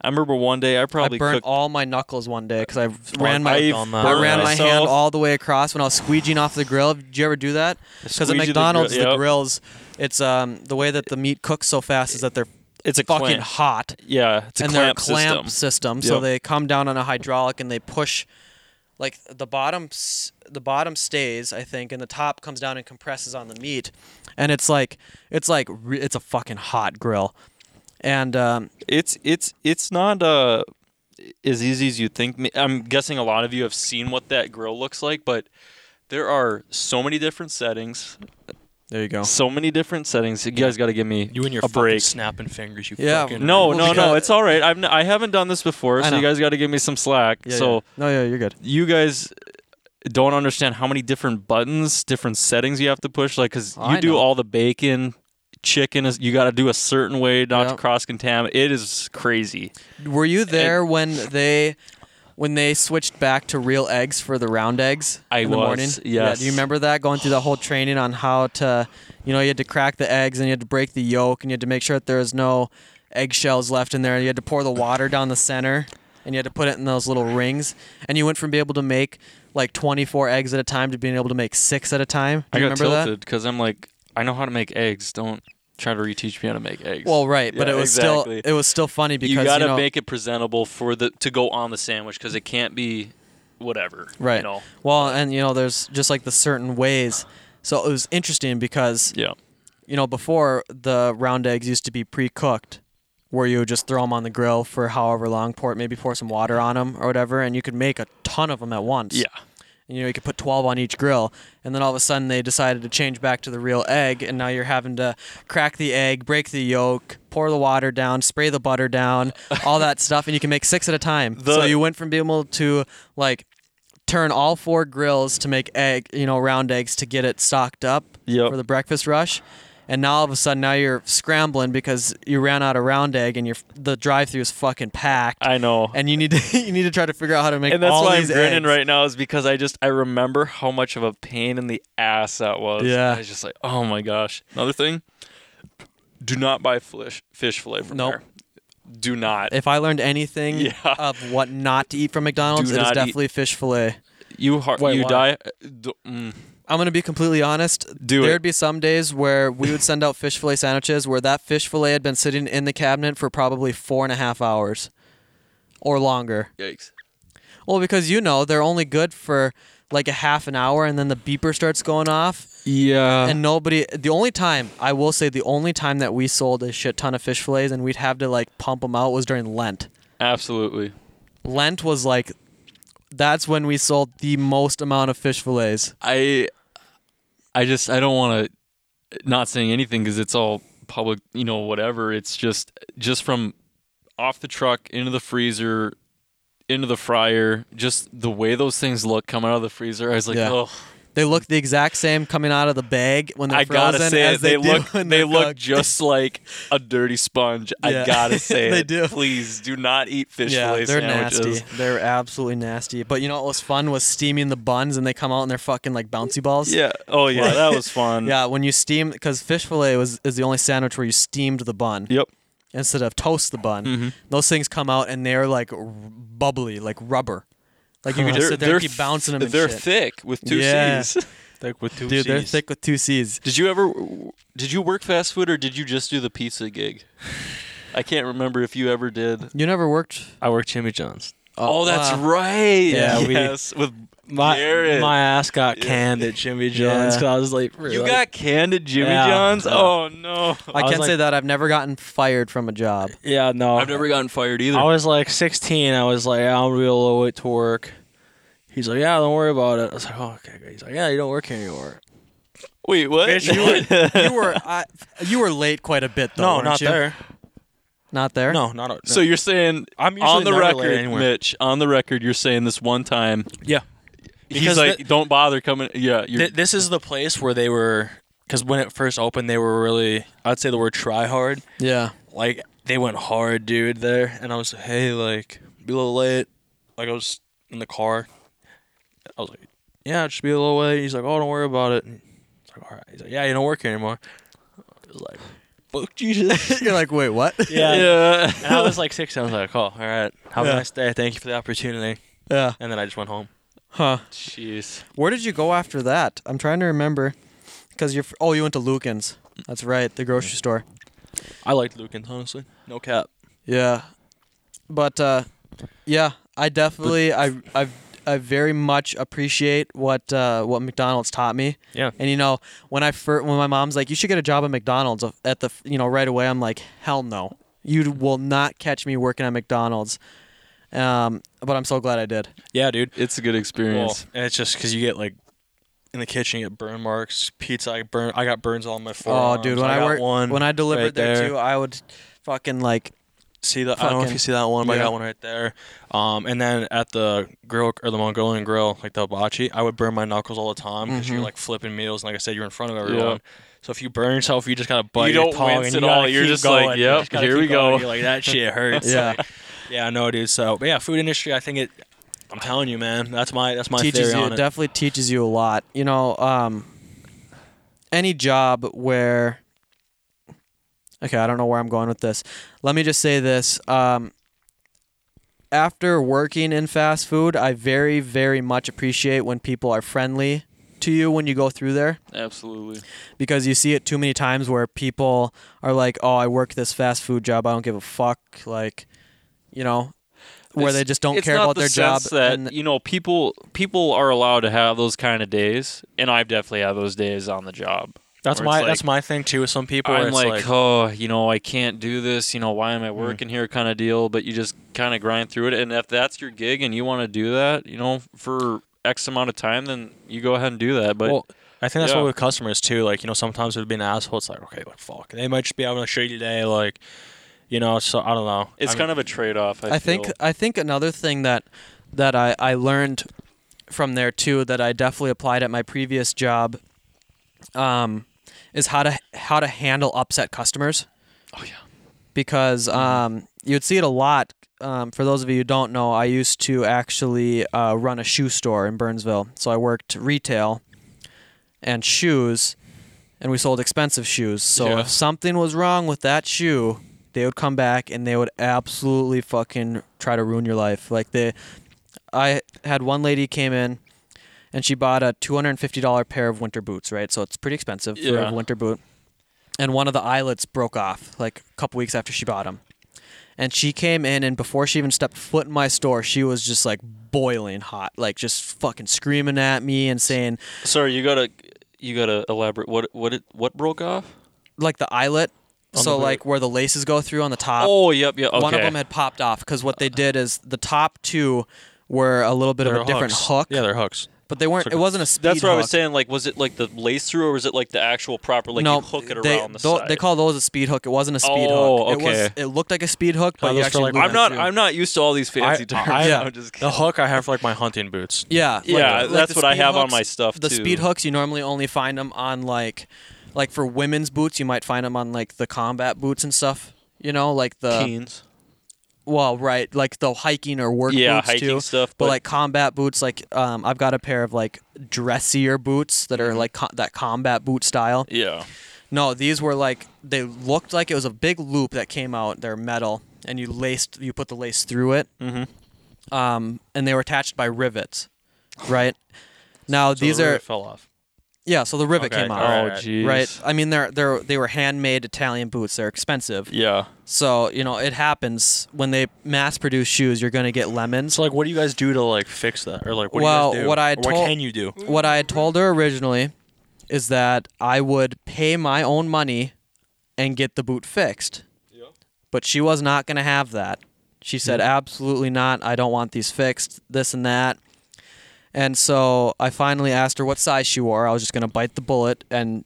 Speaker 3: I remember one day I
Speaker 1: i
Speaker 3: probably
Speaker 1: burnt
Speaker 3: cooked.
Speaker 1: all my knuckles one day because i ran
Speaker 3: I
Speaker 1: my
Speaker 2: done that.
Speaker 1: I
Speaker 3: burned
Speaker 1: ran my
Speaker 3: myself.
Speaker 1: hand all the way across when I was squeegeeing off the grill. Did you ever do that? Because at
Speaker 3: Squeegee the
Speaker 1: McDonald's,
Speaker 3: grill,
Speaker 1: the
Speaker 3: yep.
Speaker 1: grills, it's um, the way that the meat cooks so fast is that they're
Speaker 3: It's a
Speaker 1: fucking
Speaker 3: clamp.
Speaker 1: hot.
Speaker 3: Yeah, it's a
Speaker 1: and
Speaker 3: clamp,
Speaker 1: they're a clamp
Speaker 3: system.
Speaker 1: system. So
Speaker 3: Yep.
Speaker 1: they come down on a hydraulic and they push, like the bottom, s- the bottom stays, I think, and the top comes down and compresses on the meat, and it's like, it's like, re- it's a fucking hot grill, and um,
Speaker 3: It's it's it's not uh as easy as you think. Ma- I'm guessing a lot of you have seen what that grill looks like, but there are so many different settings.
Speaker 1: there you go.
Speaker 3: So many different settings. You guys got to give me
Speaker 2: You and your
Speaker 3: a
Speaker 2: fucking
Speaker 3: break.
Speaker 2: snapping fingers. You
Speaker 1: Yeah.
Speaker 2: fucking
Speaker 3: No,
Speaker 1: Well,
Speaker 3: no, no.
Speaker 1: because-
Speaker 3: It's all right. I've n- I haven't done this before,
Speaker 1: I
Speaker 3: so you
Speaker 1: know.
Speaker 3: guys got to give me some slack. so
Speaker 1: no, yeah, you're good.
Speaker 3: you guys don't understand how many different buttons, different settings you have to push. Like, cause you
Speaker 1: I
Speaker 3: do
Speaker 1: know.
Speaker 3: all the bacon, chicken. Is, you got to do a certain way not to
Speaker 1: Yep.
Speaker 3: cross contaminate. It is crazy.
Speaker 1: Were you there when they? When they switched back to real eggs for the round eggs
Speaker 3: I
Speaker 1: in the
Speaker 3: was,
Speaker 1: morning, yeah.
Speaker 3: yes.
Speaker 1: Do you remember that going through the whole training on how to, you know, you had to crack the eggs and you had to break the yolk and you had to make sure that there was no eggshells left in there. You had to pour the water down the center and you had to put it in those little rings. And you went from being able to make like 24 eggs at a time to being able to make six at a time. Do
Speaker 3: I
Speaker 1: you
Speaker 3: got
Speaker 1: remember that?
Speaker 3: tilted because I'm like, I know how to make eggs. Don't try to reteach me how to make eggs.
Speaker 1: Well, right, but
Speaker 3: Yeah,
Speaker 1: it was
Speaker 3: exactly.
Speaker 1: still it was still funny because
Speaker 3: you got to
Speaker 1: know,
Speaker 3: make it presentable for the to go on the sandwich because it can't be whatever.
Speaker 1: Right.
Speaker 3: You know?
Speaker 1: Well, and you know, there's just like the certain ways. So it was interesting because
Speaker 3: Yeah.
Speaker 1: you know before the round eggs used to be pre-cooked, where you would just throw them on the grill for however long, pour maybe pour some water on them or whatever, and you could make a ton of them at once.
Speaker 3: Yeah.
Speaker 1: And, you know, you could put 12 on each grill, and then all of a sudden they decided to change back to the real egg, and now you're having to crack the egg, break the yolk, pour the water down, spray the butter down, all that stuff, and you can make six at a time. so
Speaker 3: The-
Speaker 1: you went from being able to like turn all four grills to make egg, you know, round eggs to get it stocked up
Speaker 3: Yep.
Speaker 1: for the breakfast rush. And now all of a sudden, now you're scrambling because you ran out of round egg, and your the drive-through is fucking packed,
Speaker 3: I know.
Speaker 1: and you need to you need to try to figure out how to make
Speaker 3: and that's
Speaker 1: all
Speaker 3: why I'm
Speaker 1: these
Speaker 3: grinning
Speaker 1: eggs.
Speaker 3: right now is because I just I remember how much of a pain in the ass that was.
Speaker 1: Yeah.
Speaker 3: I was just like, oh my gosh. Another thing, do not buy fish fish fillet from
Speaker 1: Nope.
Speaker 3: there. Do not.
Speaker 1: if I learned anything
Speaker 3: Yeah.
Speaker 1: of what not to eat from McDonald's,
Speaker 3: Do
Speaker 1: it is
Speaker 3: not eat-
Speaker 1: definitely fish fillet.
Speaker 3: you har-
Speaker 2: Wait,
Speaker 3: you
Speaker 2: why?
Speaker 3: die. d- mm.
Speaker 1: I'm gonna be completely honest.
Speaker 3: Do it.
Speaker 1: There'd be some days where we would send out fish fillet sandwiches where that fish fillet had been sitting in the cabinet for probably four and a half hours or longer.
Speaker 3: Yikes.
Speaker 1: Well, because you know they're only good for like a half an hour and then the beeper starts going off
Speaker 3: Yeah.
Speaker 1: and nobody the only time i will say the only time that we sold a shit ton of fish fillets and we'd have to like pump them out was during lent
Speaker 4: Absolutely.
Speaker 1: lent was like that's when we sold the most amount of fish fillets
Speaker 4: I I just I don't want to not saying anything because it's all public, you know, whatever. It's just just from off the truck into the freezer into the fryer, just the way those things look coming out of the freezer. I was like,
Speaker 1: Yeah.
Speaker 4: oh,
Speaker 1: they look the exact same coming out of the bag when they're
Speaker 4: I
Speaker 1: frozen
Speaker 4: gotta say
Speaker 1: as
Speaker 4: it. They,
Speaker 1: do
Speaker 4: look
Speaker 1: when
Speaker 4: they
Speaker 1: they're
Speaker 4: look
Speaker 1: cooked.
Speaker 4: just like a dirty sponge.
Speaker 1: Yeah.
Speaker 4: I gotta say
Speaker 1: They
Speaker 4: it.
Speaker 1: do.
Speaker 4: Please do not eat fish
Speaker 1: yeah,
Speaker 4: fillet
Speaker 1: they're
Speaker 4: sandwiches.
Speaker 1: nasty. They're absolutely nasty. But you know what was fun was steaming the buns, and they come out and they're fucking like bouncy balls.
Speaker 3: yeah. Oh yeah, that was fun.
Speaker 1: yeah. When you steam, because fish fillet was is the only sandwich where you steamed the bun
Speaker 3: Yep.
Speaker 1: instead of toast the bun.
Speaker 4: Mm-hmm.
Speaker 1: Those things come out and they're like r- bubbly, like rubber. Like you can just
Speaker 3: They're-
Speaker 1: sit there and
Speaker 3: they're
Speaker 1: keep bouncing them. And
Speaker 3: They're
Speaker 1: shit.
Speaker 3: thick with two
Speaker 1: Yeah.
Speaker 3: C's.
Speaker 2: Thick with two
Speaker 1: dude. They're
Speaker 2: Cs.
Speaker 1: thick with two C's.
Speaker 3: Did you ever did you work fast food or did you just do the pizza gig? I can't remember if you ever did.
Speaker 1: You never worked.
Speaker 2: I work Jimmy John's.
Speaker 3: Oh, that's
Speaker 1: wow.
Speaker 3: right.
Speaker 2: Yeah, we-
Speaker 3: yes, with
Speaker 2: My
Speaker 3: Garrett.
Speaker 2: my ass got canned at Jimmy John's because I was like,
Speaker 3: you got canned at Jimmy
Speaker 2: Yeah.
Speaker 3: John's.
Speaker 2: Yeah.
Speaker 3: Oh no,
Speaker 1: I,
Speaker 2: I was
Speaker 1: can't say
Speaker 2: like-
Speaker 1: that I've never gotten fired from a job.
Speaker 2: yeah, no.
Speaker 3: I've never gotten fired either.
Speaker 2: I was like 16. I was like, I'm gonna be a little late to work. He's like, yeah, don't worry about it. I was like, oh, okay. great." He's like, yeah, you don't work here anymore.
Speaker 3: Wait, what?
Speaker 2: you
Speaker 1: you were I, you were late quite a bit though.
Speaker 2: No,
Speaker 1: weren't
Speaker 2: not
Speaker 1: you?
Speaker 2: there.
Speaker 1: Not there.
Speaker 2: No, not a,
Speaker 3: so you're saying
Speaker 2: I'm usually
Speaker 3: on the
Speaker 2: never late
Speaker 3: record,
Speaker 2: anywhere.
Speaker 3: Mitch? On the record, you're saying this one time.
Speaker 2: yeah.
Speaker 3: he's
Speaker 2: Because
Speaker 3: like,
Speaker 2: thi-
Speaker 3: don't bother coming. Yeah, you're,
Speaker 2: Th- this is the place where they were, because when it first opened, they were really, I'd say the word try hard.
Speaker 1: Yeah.
Speaker 2: Like, they went hard, dude, there. And I was like, hey, like, be a little late. Like, I was in the car. I was like, yeah, just be a little late. He's like, oh, don't worry about it. And I was like, all right. He's like, yeah, you don't work here anymore. I was like, fuck Jesus.
Speaker 1: You're like, wait, what?
Speaker 2: yeah.
Speaker 3: yeah.
Speaker 2: And I was like six. I was like, oh, all right. Have a nice day. Thank you for the opportunity.
Speaker 1: yeah.
Speaker 2: And then I just went home.
Speaker 1: Huh.
Speaker 4: Jeez.
Speaker 1: Where did you go after that? I'm trying to remember. Because you're. Oh, you went to Lucan's. That's right, the grocery store.
Speaker 2: I liked Lucan's, honestly. No cap.
Speaker 1: Yeah. But uh, yeah, I definitely I I I very much appreciate what uh, what McDonald's taught me.
Speaker 2: Yeah.
Speaker 1: And you know, when I first when my mom's like, you should get a job at McDonald's uh, at the you know right away, I'm like, hell no, you will not catch me working at McDonald's. Um, but I'm so glad I did.
Speaker 2: Yeah, dude.
Speaker 3: It's a good experience.
Speaker 2: and it's just because you get like in the kitchen, you get burn marks. Pizza, I burn. I got burns all on my
Speaker 1: Oh,
Speaker 2: forearm.
Speaker 1: dude, when I,
Speaker 2: got
Speaker 1: worked
Speaker 2: one
Speaker 1: when I delivered
Speaker 2: right
Speaker 1: there too, I would fucking like
Speaker 2: See that? I don't know if
Speaker 1: Fucking-
Speaker 2: you see that one, but I
Speaker 1: yeah.
Speaker 2: got one right there. Um, and then at the grill or the Mongolian grill, like the hibachi, I would burn my knuckles all the time because
Speaker 1: Mm-hmm.
Speaker 2: you're like flipping meals, and like I said, you're in front of everyone. So if you burn yourself, you just gotta bite
Speaker 3: You
Speaker 2: your
Speaker 3: don't
Speaker 2: tongue
Speaker 3: wince
Speaker 2: and
Speaker 3: at
Speaker 2: you gotta
Speaker 3: all. You're
Speaker 2: keep
Speaker 3: just
Speaker 2: going.
Speaker 3: like,
Speaker 2: You
Speaker 3: yep,
Speaker 2: just gotta
Speaker 3: here
Speaker 2: keep
Speaker 3: we
Speaker 2: going.
Speaker 3: go.
Speaker 2: You're like that shit hurts.
Speaker 1: Yeah.
Speaker 2: Like, yeah, I know, dude. So, but yeah, food industry. I think it. I'm telling you, man. That's my that's my
Speaker 1: teaches
Speaker 2: theory
Speaker 1: you
Speaker 2: on it.
Speaker 1: definitely teaches you a lot. You know, um, any job where okay, I don't know where I'm going with this. Let me just say this. Um, after working in fast food, I very very much appreciate when people are friendly to you when you go through there
Speaker 4: Absolutely.
Speaker 1: because you see it too many times where people are like, "Oh, I work this fast food job. I don't give a fuck." Like, you know, where
Speaker 3: It's-
Speaker 1: they just don't
Speaker 3: it's
Speaker 1: care
Speaker 3: not
Speaker 1: about
Speaker 3: the
Speaker 1: their job.
Speaker 3: sense That
Speaker 1: and-
Speaker 3: you know, people people are allowed to have those kind of days, and I've definitely had those days on the job.
Speaker 2: That's
Speaker 3: Where it's
Speaker 2: my
Speaker 3: like-
Speaker 2: that's my thing too. With some people, where
Speaker 3: I'm
Speaker 2: it's
Speaker 3: like,
Speaker 2: like,
Speaker 3: oh, you know, I can't do this. You know, why
Speaker 1: Hmm.
Speaker 3: am I working here? Kind of deal. But you just kind of grind through it. And if that's your gig and you want to do that, you know, for X amount of time, then you go ahead and do that. But
Speaker 2: well, I think that's
Speaker 3: yeah.
Speaker 2: what with customers too. Like you know, sometimes it'd be an asshole. It's like, okay, like fuck, they might just be having a shitty day. Like, you know, so I don't know.
Speaker 3: it's
Speaker 2: I
Speaker 3: kind of a trade off. I,
Speaker 1: I think
Speaker 3: feel.
Speaker 1: I think another thing that that I, I learned from there too that I definitely applied at my previous job um, is how to how to handle upset customers. Oh yeah. Because um, you'd see it a lot. Um, for those of you who don't know, I used to actually uh, run a shoe store in Burnsville. So I worked retail and shoes, and we sold expensive shoes. So
Speaker 3: Yeah.
Speaker 1: if something was wrong with that shoe, they would come back and they would absolutely fucking try to ruin your life. Like they, I had one lady came in, and she bought a two hundred and fifty dollar pair of winter boots. Right, so it's pretty expensive for
Speaker 3: Yeah.
Speaker 1: a winter boot. And one of the eyelets broke off like a couple weeks after she bought them, and she came in and before she even stepped foot in my store, she was just like boiling hot, like just fucking screaming at me and saying
Speaker 3: Sorry, you gotta you gotta elaborate. What what it, what broke off?
Speaker 1: like the eyelet, so like where the laces go through on the top.
Speaker 3: Oh, yep, yeah. Okay.
Speaker 1: Uh, One of them had popped off because what they did is the top two were a little bit of
Speaker 2: They're
Speaker 1: a different
Speaker 2: hooks.
Speaker 1: hook,
Speaker 2: Yeah, they're hooks.
Speaker 1: but they weren't. It wasn't a speed.
Speaker 3: That's what I
Speaker 1: hook.
Speaker 3: was saying. Like, was it like the lace through, or was it like the actual proper like you hook it
Speaker 1: they,
Speaker 3: around the
Speaker 1: tho-
Speaker 3: side?
Speaker 1: They call those a speed hook. It wasn't a speed
Speaker 3: Oh,
Speaker 1: hook. It, was,
Speaker 3: okay.
Speaker 1: it looked like a speed hook, but
Speaker 2: Oh,
Speaker 1: you
Speaker 2: those for
Speaker 1: actually
Speaker 2: like-
Speaker 1: glue
Speaker 3: I'm
Speaker 1: it
Speaker 3: not.
Speaker 1: through.
Speaker 3: I'm not used to all these fancy terms.
Speaker 2: I-
Speaker 1: Yeah.
Speaker 3: I'm just kidding.
Speaker 2: The hook I have for like my hunting boots.
Speaker 1: yeah, like-
Speaker 3: Yeah,
Speaker 1: like
Speaker 3: that's
Speaker 1: the
Speaker 3: what I
Speaker 1: speed
Speaker 3: have on
Speaker 1: hooks-
Speaker 3: my stuff,
Speaker 1: The
Speaker 3: too.
Speaker 1: speed hooks you normally only find them on like, like for women's boots, you might find them on like the combat boots and stuff. You know, like the
Speaker 2: Teens.
Speaker 1: well, right, like the hiking or work
Speaker 3: Yeah,
Speaker 1: boots
Speaker 3: hiking
Speaker 1: too.
Speaker 3: stuff,
Speaker 1: but,
Speaker 3: but-
Speaker 1: like combat boots, like um, I've got a pair of like dressier boots that
Speaker 3: Mm-hmm.
Speaker 1: are like co- that combat boot style.
Speaker 3: Yeah.
Speaker 1: No, these were like they looked like it was a big loop that came out. They're metal, and you laced, you put the lace through it, mm-hmm. um, and they were attached by rivets, right? Now
Speaker 2: So
Speaker 1: these
Speaker 2: the
Speaker 1: are
Speaker 2: rivet fell off.
Speaker 1: yeah. So the rivet
Speaker 2: Okay,
Speaker 1: came
Speaker 2: all
Speaker 1: out,
Speaker 2: right.
Speaker 3: Oh, jeez.
Speaker 1: right? I mean, they're they're they were handmade Italian boots. They're expensive,
Speaker 3: Yeah.
Speaker 1: so you know it happens when they mass produce shoes. You're gonna get lemons.
Speaker 2: So like, what do you guys do to like fix that, or like, what
Speaker 1: Well,
Speaker 2: do you guys do?
Speaker 1: what I
Speaker 2: Or
Speaker 1: told-
Speaker 2: what can you do?
Speaker 1: Mm-hmm. what I had told her originally is that I would pay my own money and get the boot fixed. But she was not going to have that. She said, absolutely not. I don't want these fixed, this and that. And so I finally asked her what size she wore. I was just going to bite the bullet and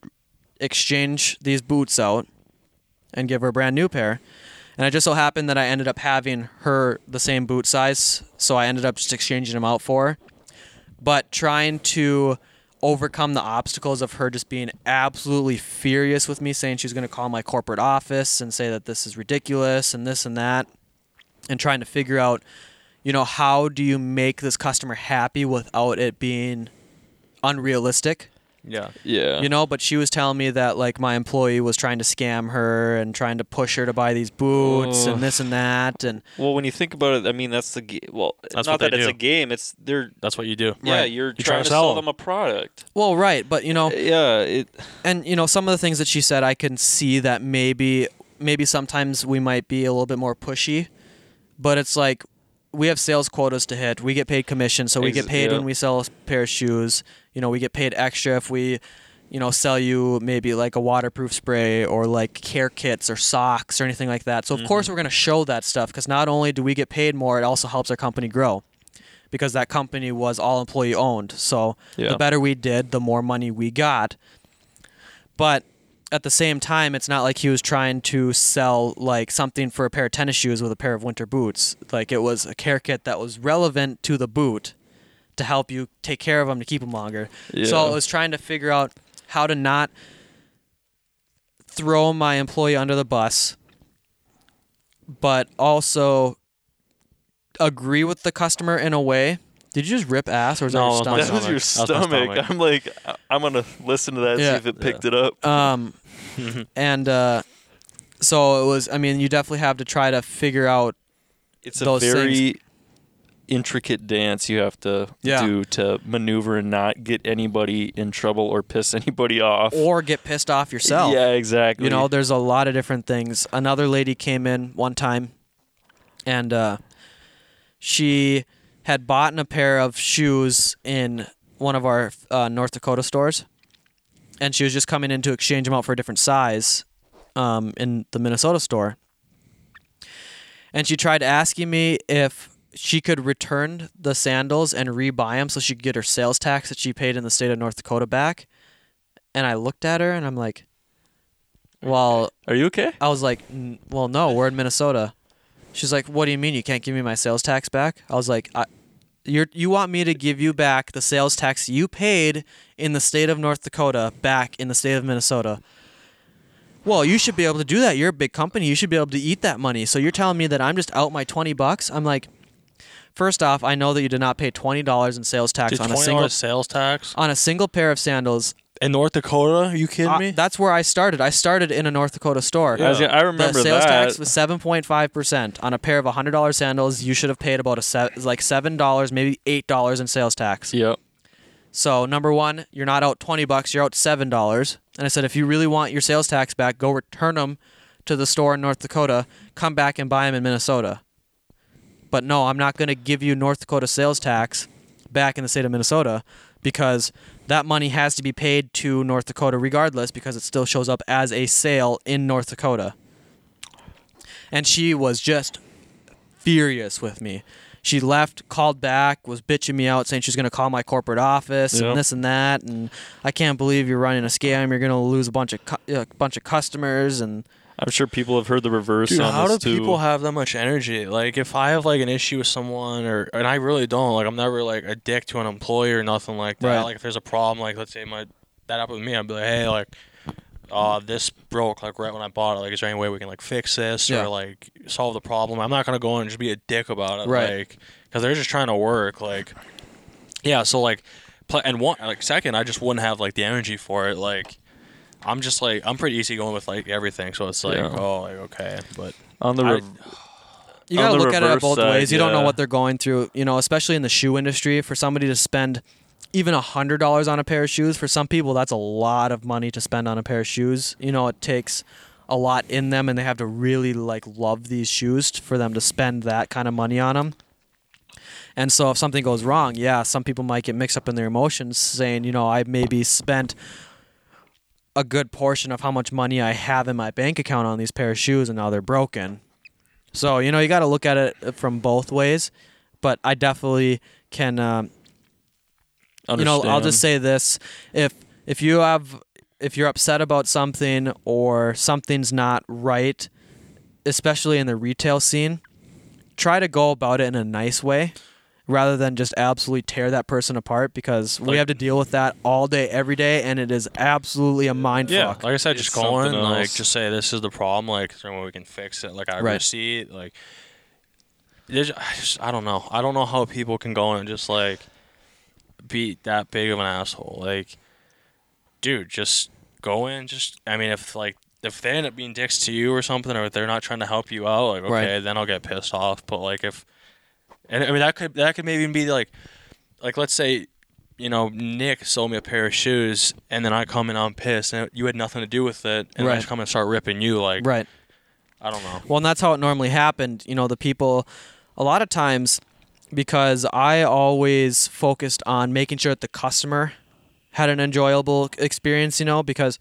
Speaker 1: exchange these boots out and give her a brand new pair. And it just so happened that I ended up having her the same boot size. So I ended up just exchanging them out for her but trying to overcome the obstacles of her just being absolutely furious with me saying she's going to call my corporate office and say that this is ridiculous and this and that and trying to figure out you know how do you make this customer happy without it being unrealistic
Speaker 2: Yeah.
Speaker 3: Yeah.
Speaker 1: you know but she was telling me that like my employee was trying to scam her and trying to push her to buy these boots
Speaker 3: Ugh.
Speaker 1: and this and that and
Speaker 3: Well, when you think about it, I mean, that's the ga- well.
Speaker 2: That's
Speaker 3: not
Speaker 2: what they
Speaker 3: that it's
Speaker 2: do.
Speaker 3: a game. It's they're
Speaker 2: That's what you do.
Speaker 3: yeah.
Speaker 1: Right.
Speaker 3: You're,
Speaker 2: trying to
Speaker 3: to
Speaker 2: sell
Speaker 3: sell
Speaker 2: them. Oh.
Speaker 3: them a product.
Speaker 1: well right but you know
Speaker 3: Yeah. It.
Speaker 1: and you know some of the things that she said i can see that maybe maybe sometimes we might be a little bit more pushy but it's like we have sales quotas to hit we get paid commission so we
Speaker 3: Ex-
Speaker 1: get paid
Speaker 3: yeah.
Speaker 1: when we sell a pair of shoes you know we get paid extra if we you know sell you maybe like a waterproof spray or like care kits or socks or anything like that so of
Speaker 3: Mm-hmm.
Speaker 1: course we're going to show that stuff because not only do we get paid more it also helps our company grow because that company was all employee owned. So
Speaker 3: Yeah.
Speaker 1: the better we did, the more money we got. But at the same time, it's not like he was trying to sell like something for a pair of tennis shoes with a pair of winter boots. Like it was a care kit that was relevant to the boot to help you take care of them to keep them longer. So I
Speaker 3: Yeah.
Speaker 1: was trying to figure out how to not throw my employee under the bus, but also agree with the customer in a way. Did you just rip ass or was
Speaker 2: No,
Speaker 1: that
Speaker 2: my
Speaker 1: your
Speaker 3: That
Speaker 1: stomach?
Speaker 3: was your
Speaker 2: stomach. That was my
Speaker 3: stomach.
Speaker 2: stomach.
Speaker 3: I'm like, I- I'm gonna listen to that and
Speaker 1: Yeah.
Speaker 3: see if it picked it up.
Speaker 1: Um, and uh, so it was. I mean, you definitely have to try to figure out.
Speaker 3: It's a
Speaker 1: those
Speaker 3: very intricate dance you have to
Speaker 1: Yeah.
Speaker 3: do to maneuver and not get anybody in trouble or piss anybody off.
Speaker 1: Or get pissed off yourself.
Speaker 3: Yeah, exactly.
Speaker 1: You know, there's a lot of different things. Another lady came in one time, and uh, she had bought a pair of shoes in one of our uh, North Dakota stores, and she was just coming in to exchange them out for a different size um, in the Minnesota store. And she tried asking me if she could return the sandals and rebuy them so she could get her sales tax that she paid in the state of North Dakota back. And I looked at her and I'm like, well,
Speaker 3: Are you okay?
Speaker 1: I was like, "N- well, no, we're in Minnesota. She's like, what do you mean you can't give me my sales tax back? I was like, I, you're, you want me to give you back the sales tax you paid in the state of North Dakota back in the state of Minnesota? Well, you should be able to do that. You're a big company. You should be able to eat that money. So you're telling me that I'm just out my 20 bucks? I'm like, first off, I know that you did not pay $20 in sales tax
Speaker 2: Did
Speaker 1: on a
Speaker 2: twenty
Speaker 1: single
Speaker 2: dollars sales tax
Speaker 1: on a single pair of sandals.
Speaker 2: in North Dakota? Are you kidding
Speaker 1: Uh,
Speaker 2: me?
Speaker 1: that's where I started. I started in a North Dakota store.
Speaker 3: I, was gonna- I remember
Speaker 1: the sales
Speaker 3: that.
Speaker 1: tax was seven point five percent on a pair of hundred dollars sandals. You should have paid about a se- like seven dollars, maybe eight dollars in sales tax.
Speaker 3: Yep.
Speaker 1: So number one, you're not out twenty bucks. You're out seven dollars. And I said, if you really want your sales tax back, go return them to the store in North Dakota, come back and buy them in Minnesota. But no, I'm not going to give you North Dakota sales tax back in the state of Minnesota because that money has to be paid to North Dakota regardless because it still shows up as a sale in North Dakota. And she was just furious with me. She left, called back, was bitching me out, saying she's going to call my corporate office
Speaker 3: Yeah.
Speaker 1: and this and that, and I can't believe you're running a scam. You're going to lose a bunch of cu- a bunch of customers, and
Speaker 3: I'm sure people have heard the reverse
Speaker 2: Dude,
Speaker 3: on
Speaker 2: how do
Speaker 3: this too.
Speaker 2: people have that much energy? Like, if I have like an issue with someone, or and I really don't, like, I'm never like a dick to an employee or nothing like that.
Speaker 1: Right.
Speaker 2: Like, if there's a problem, like, let's say my that happened with me, I'd be like, hey, like, uh, this broke like right when I bought it. Like, is there any way we can like fix this
Speaker 1: Yeah.
Speaker 2: or like solve the problem? I'm not gonna go in and just be a dick about it,
Speaker 1: Right.
Speaker 2: Like, because they're just trying to work, like. Yeah, so like, pl- and one like second, I just wouldn't have like the energy for it. Like, I'm just like I'm pretty easy going with like everything, so it's like
Speaker 3: Yeah.
Speaker 2: oh like okay, but
Speaker 3: on the
Speaker 2: I-
Speaker 3: rev-
Speaker 1: you
Speaker 3: On
Speaker 1: got to
Speaker 3: the
Speaker 1: look at it
Speaker 3: reverse
Speaker 1: both
Speaker 3: side,
Speaker 1: ways. You don't know
Speaker 3: yeah.
Speaker 1: what they're going through, you know, especially in the shoe industry. For somebody to spend even a hundred dollars on a pair of shoes, for some people that's a lot of money to spend on a pair of shoes. You know, it takes a lot in them, and they have to really like love these shoes t- for them to spend that kind of money on them. And so if something goes wrong, yeah, some people might get mixed up in their emotions saying, you know, I maybe spent a good portion of how much money I have in my bank account on these pair of shoes and now they're broken. So, you know, you got to look at it from both ways, but I definitely can um, you know, I'll
Speaker 3: understand.
Speaker 1: just say this: if if you have if you're upset about something or something's not right, especially in the retail scene, try to go about it in a nice way rather than just absolutely tear that person apart because we have to deal with that all day every day and it is absolutely a mind fuck.
Speaker 2: like I said, just
Speaker 3: It's
Speaker 2: call in,
Speaker 3: something
Speaker 2: like
Speaker 3: else.
Speaker 2: just say this is the problem, like is there any way we can fix it? Like I
Speaker 1: Right.
Speaker 2: see it, like there's I just I don't know, I don't know how people can go in and just like be that big of an asshole, like dude, just go in, just I mean if like if they end up being dicks to you or something, or if they're not trying to help you out, like okay,
Speaker 1: Right.
Speaker 2: then I'll get pissed off. But like if and I mean that could that could maybe even be like like let's say you know Nick sold me a pair of shoes and then I come in I'm pissed and you had nothing to do with it and I
Speaker 1: Right.
Speaker 2: just come and start ripping you like
Speaker 1: right.
Speaker 2: I don't know
Speaker 1: Well, and that's how it normally happened. You know, the people, a lot of times, because I always focused on making sure that the customer had an enjoyable experience, you know, because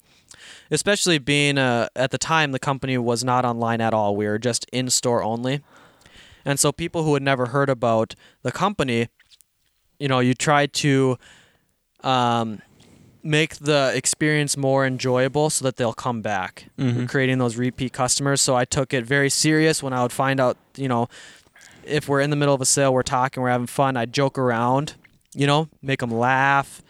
Speaker 1: especially being uh, at the time, the company was not online at all. We were just in store only. And so people who had never heard about the company, you know, you try to um, make the experience more enjoyable so that they'll come back. We're creating those repeat customers. So I took it very serious when I would find out, you know, if we're in the middle of a sale, we're talking, we're having fun. I joke around, you know, make them laugh.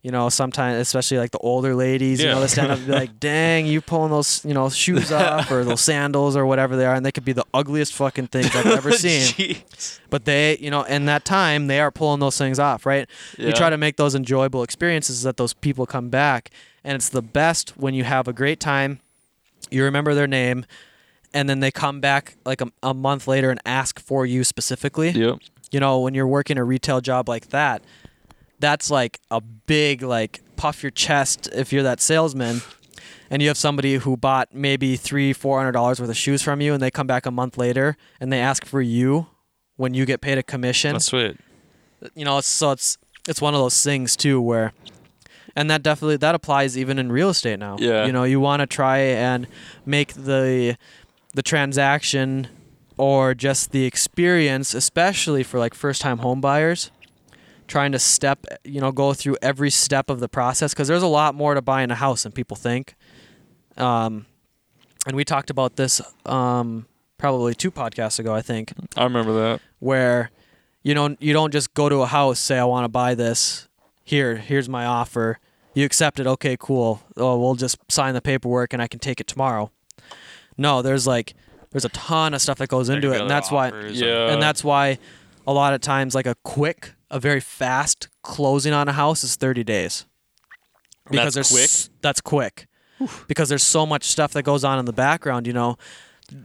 Speaker 1: You know, sometimes, especially like the older ladies, you know,
Speaker 2: Yeah.
Speaker 1: they stand up and be like, "Dang, you pulling those, you know, shoes off or those sandals or whatever they are," and they could be the ugliest fucking things I've ever seen. But they, you know, in that time, they are pulling those things off, right? You
Speaker 3: Yeah.
Speaker 1: try to make those enjoyable experiences that those people come back. And it's the best when you have a great time, you remember their name, and then they come back like a, a month later and ask for you specifically.
Speaker 3: Yep.
Speaker 1: You know, when you're working a retail job like that, that's like a big, like, puff your chest if you're that salesman. And you have somebody who bought maybe three, four hundred dollars worth of shoes from you, and they come back a month later and they ask for you when you get paid a commission
Speaker 3: That's sweet.
Speaker 1: you know, it's- so it's it's one of those things too where, and that definitely that applies even in real estate now.
Speaker 3: Yeah.
Speaker 1: You know, you want to try and make the the transaction or just the experience, especially for like first time home buyers, trying to step, you know, go through every step of the process because there's a lot more to buying a house than people think. Um, and we talked about this um, probably two podcasts ago, I think
Speaker 3: I remember that.
Speaker 1: where you know you don't just go to a house say I want to buy this here here's my offer you accept it okay cool oh we'll just sign the paperwork and I can take it tomorrow no there's like there's a ton of stuff that goes into it and that's why
Speaker 3: Yeah.
Speaker 1: and that's why a lot of times like a quick a very fast closing on a house is 30 days because
Speaker 3: That's
Speaker 1: there's s- that's quick because there's so much stuff that goes on in the background you know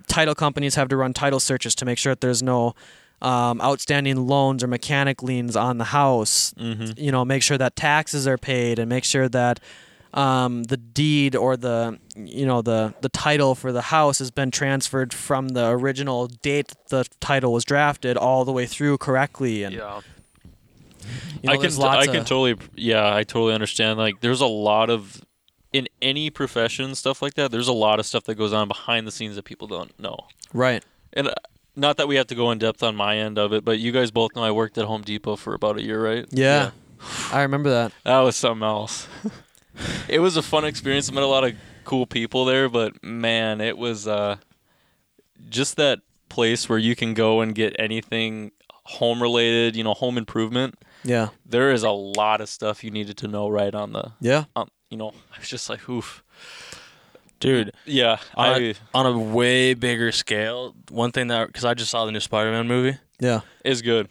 Speaker 1: title companies have to run title searches to make sure that there's no um, outstanding loans or
Speaker 3: Mm-hmm.
Speaker 1: mechanic liens on the house you know make sure that taxes are paid and make sure that um, the deed or the you know the the title for the house has been transferred from the original date the title was drafted all the way through correctly and
Speaker 4: Yeah.
Speaker 1: you know,
Speaker 3: I
Speaker 1: there's
Speaker 3: can
Speaker 1: lots
Speaker 3: I
Speaker 1: of,
Speaker 3: can totally yeah I totally understand like there's a lot of in any profession stuff like that there's a lot of stuff that goes on behind the scenes that people don't know
Speaker 1: right
Speaker 3: and uh, not that we have to go in depth on my end of it but you guys both know I worked at Home Depot for about a year right
Speaker 1: yeah, I remember that
Speaker 3: that was something else it was a fun experience I met a lot of cool people there but man it was uh just that place where you can go and get anything home related you know home improvement
Speaker 1: yeah
Speaker 3: there is a lot of stuff you needed to know right on the
Speaker 1: yeah
Speaker 3: um, you know i was just like oof
Speaker 2: dude.
Speaker 3: yeah
Speaker 1: Uh,
Speaker 2: On
Speaker 3: I,
Speaker 2: a, on a way bigger scale, one thing that because I just saw the new Spider-Man movie.
Speaker 1: yeah
Speaker 3: it's good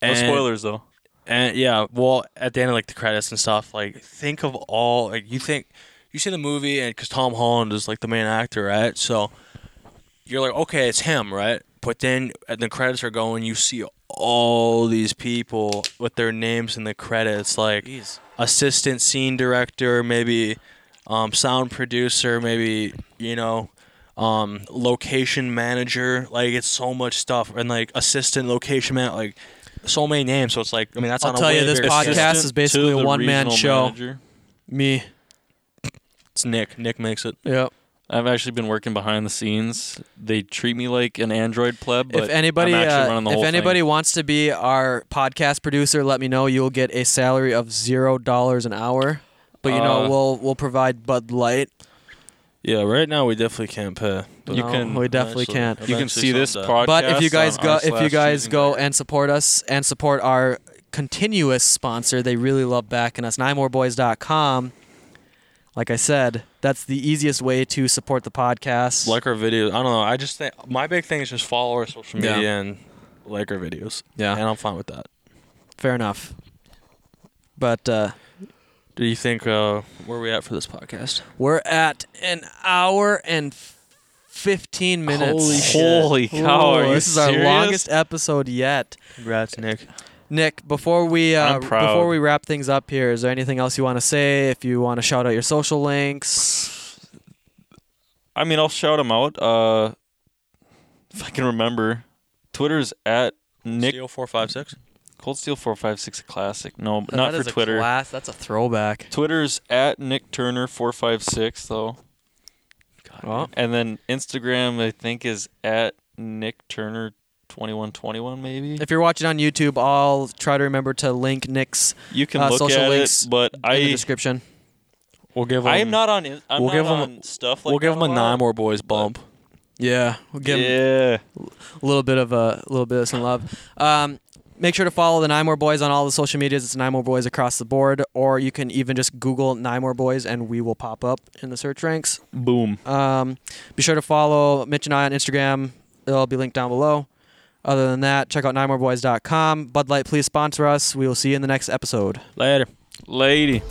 Speaker 3: no
Speaker 2: And-
Speaker 3: spoilers though
Speaker 2: And yeah, well, at the end of like the credits and stuff, like think of all like you think you see the movie and because Tom Holland is like the main actor, right? So you're like, okay, it's him, right? But then at the credits are going, you see all these people with their names in the credits, like assistant scene director, maybe um, sound producer, maybe you know, um, location manager. Like it's so much stuff, and like assistant location man, like so many names. So it's like I mean that's
Speaker 1: I'll
Speaker 2: on
Speaker 1: tell
Speaker 2: a
Speaker 1: you,
Speaker 2: way
Speaker 1: this
Speaker 2: bigger
Speaker 1: podcast-
Speaker 2: scale.
Speaker 1: is basically a one-man show. me
Speaker 2: It's Nick. Nick makes it.
Speaker 1: yeah
Speaker 3: i've actually been working behind the scenes they treat me like an android pleb but
Speaker 1: if anybody
Speaker 3: I'm actually
Speaker 1: uh,
Speaker 3: running the
Speaker 1: if
Speaker 3: whole
Speaker 1: anybody
Speaker 3: thing.
Speaker 1: wants to be our podcast producer let me know you'll get a salary of zero dollars an hour but you know
Speaker 3: Uh,
Speaker 1: we'll we'll provide bud light
Speaker 2: Yeah, right now we definitely can't pay.
Speaker 1: but No, Oh,
Speaker 3: can-
Speaker 1: we definitely can't
Speaker 3: you can see this podcast
Speaker 1: but if you guys
Speaker 3: on
Speaker 1: go
Speaker 3: r
Speaker 1: if you
Speaker 3: slash
Speaker 1: guys
Speaker 3: choosing
Speaker 1: go
Speaker 3: career.
Speaker 1: and support us and support our continuous sponsor they really love backing us ninemoreboys.com like i said that's the easiest way to support the podcast
Speaker 2: like our videos. I don't know. I just think my big thing is just follow our social
Speaker 1: Yeah.
Speaker 2: media and like our videos.
Speaker 1: Yeah.
Speaker 2: and I'm fine with that.
Speaker 1: fair enough but uh
Speaker 2: Do you think uh, where are we at for this podcast?
Speaker 1: We're at an hour and f- 15 minutes.
Speaker 2: Holy shit.
Speaker 3: holy
Speaker 1: Whoa,
Speaker 3: cow are you
Speaker 1: this is
Speaker 3: serious?
Speaker 1: our longest episode yet.
Speaker 2: Congrats, Nick.
Speaker 1: Nick, before we uh,
Speaker 3: I'm proud.
Speaker 1: before we wrap things up here, is there anything else you want to say? If you want to shout out your social links,
Speaker 3: I mean, I'll shout him out. Uh, if I can remember, Twitter's at Nick
Speaker 2: Steel oh four five six.
Speaker 3: Cold Steel Four Five Six Classic. No,
Speaker 1: That
Speaker 3: not for
Speaker 1: is a
Speaker 3: Twitter.
Speaker 1: class- that's a throwback.
Speaker 3: Twitter's at Nick Turner Four Five Six though,
Speaker 1: Well,
Speaker 3: and then Instagram I think is at Nick Turner Twenty One Twenty One. Maybe
Speaker 1: if you're watching on YouTube, I'll try to remember to link Nick's
Speaker 3: you can
Speaker 1: uh,
Speaker 3: look
Speaker 1: social
Speaker 3: at
Speaker 1: links
Speaker 3: it, but
Speaker 1: in the
Speaker 3: I
Speaker 1: description.
Speaker 2: We'll give.
Speaker 3: I
Speaker 2: him-
Speaker 3: am not on. in- I'm
Speaker 2: we'll
Speaker 3: not
Speaker 2: give 'em-
Speaker 3: on stuff like
Speaker 2: we'll give
Speaker 3: that
Speaker 2: him a
Speaker 3: lot.
Speaker 2: nine more boys bump.
Speaker 1: Yeah, we'll give him
Speaker 3: Yeah,
Speaker 1: a little bit of a little bit of some love. Um, make sure to follow the Nine More Boys on all the social medias. It's Nine More Boys across the board, or you can even just Google Nine More Boys and we will pop up in the search ranks.
Speaker 3: boom.
Speaker 1: Um, be sure to follow Mitch and I on Instagram. It'll be linked down below. Other than that, check out ninemoreboys.com. Bud Light, please sponsor us. We will see you in the next episode.
Speaker 2: Later.
Speaker 3: Lady.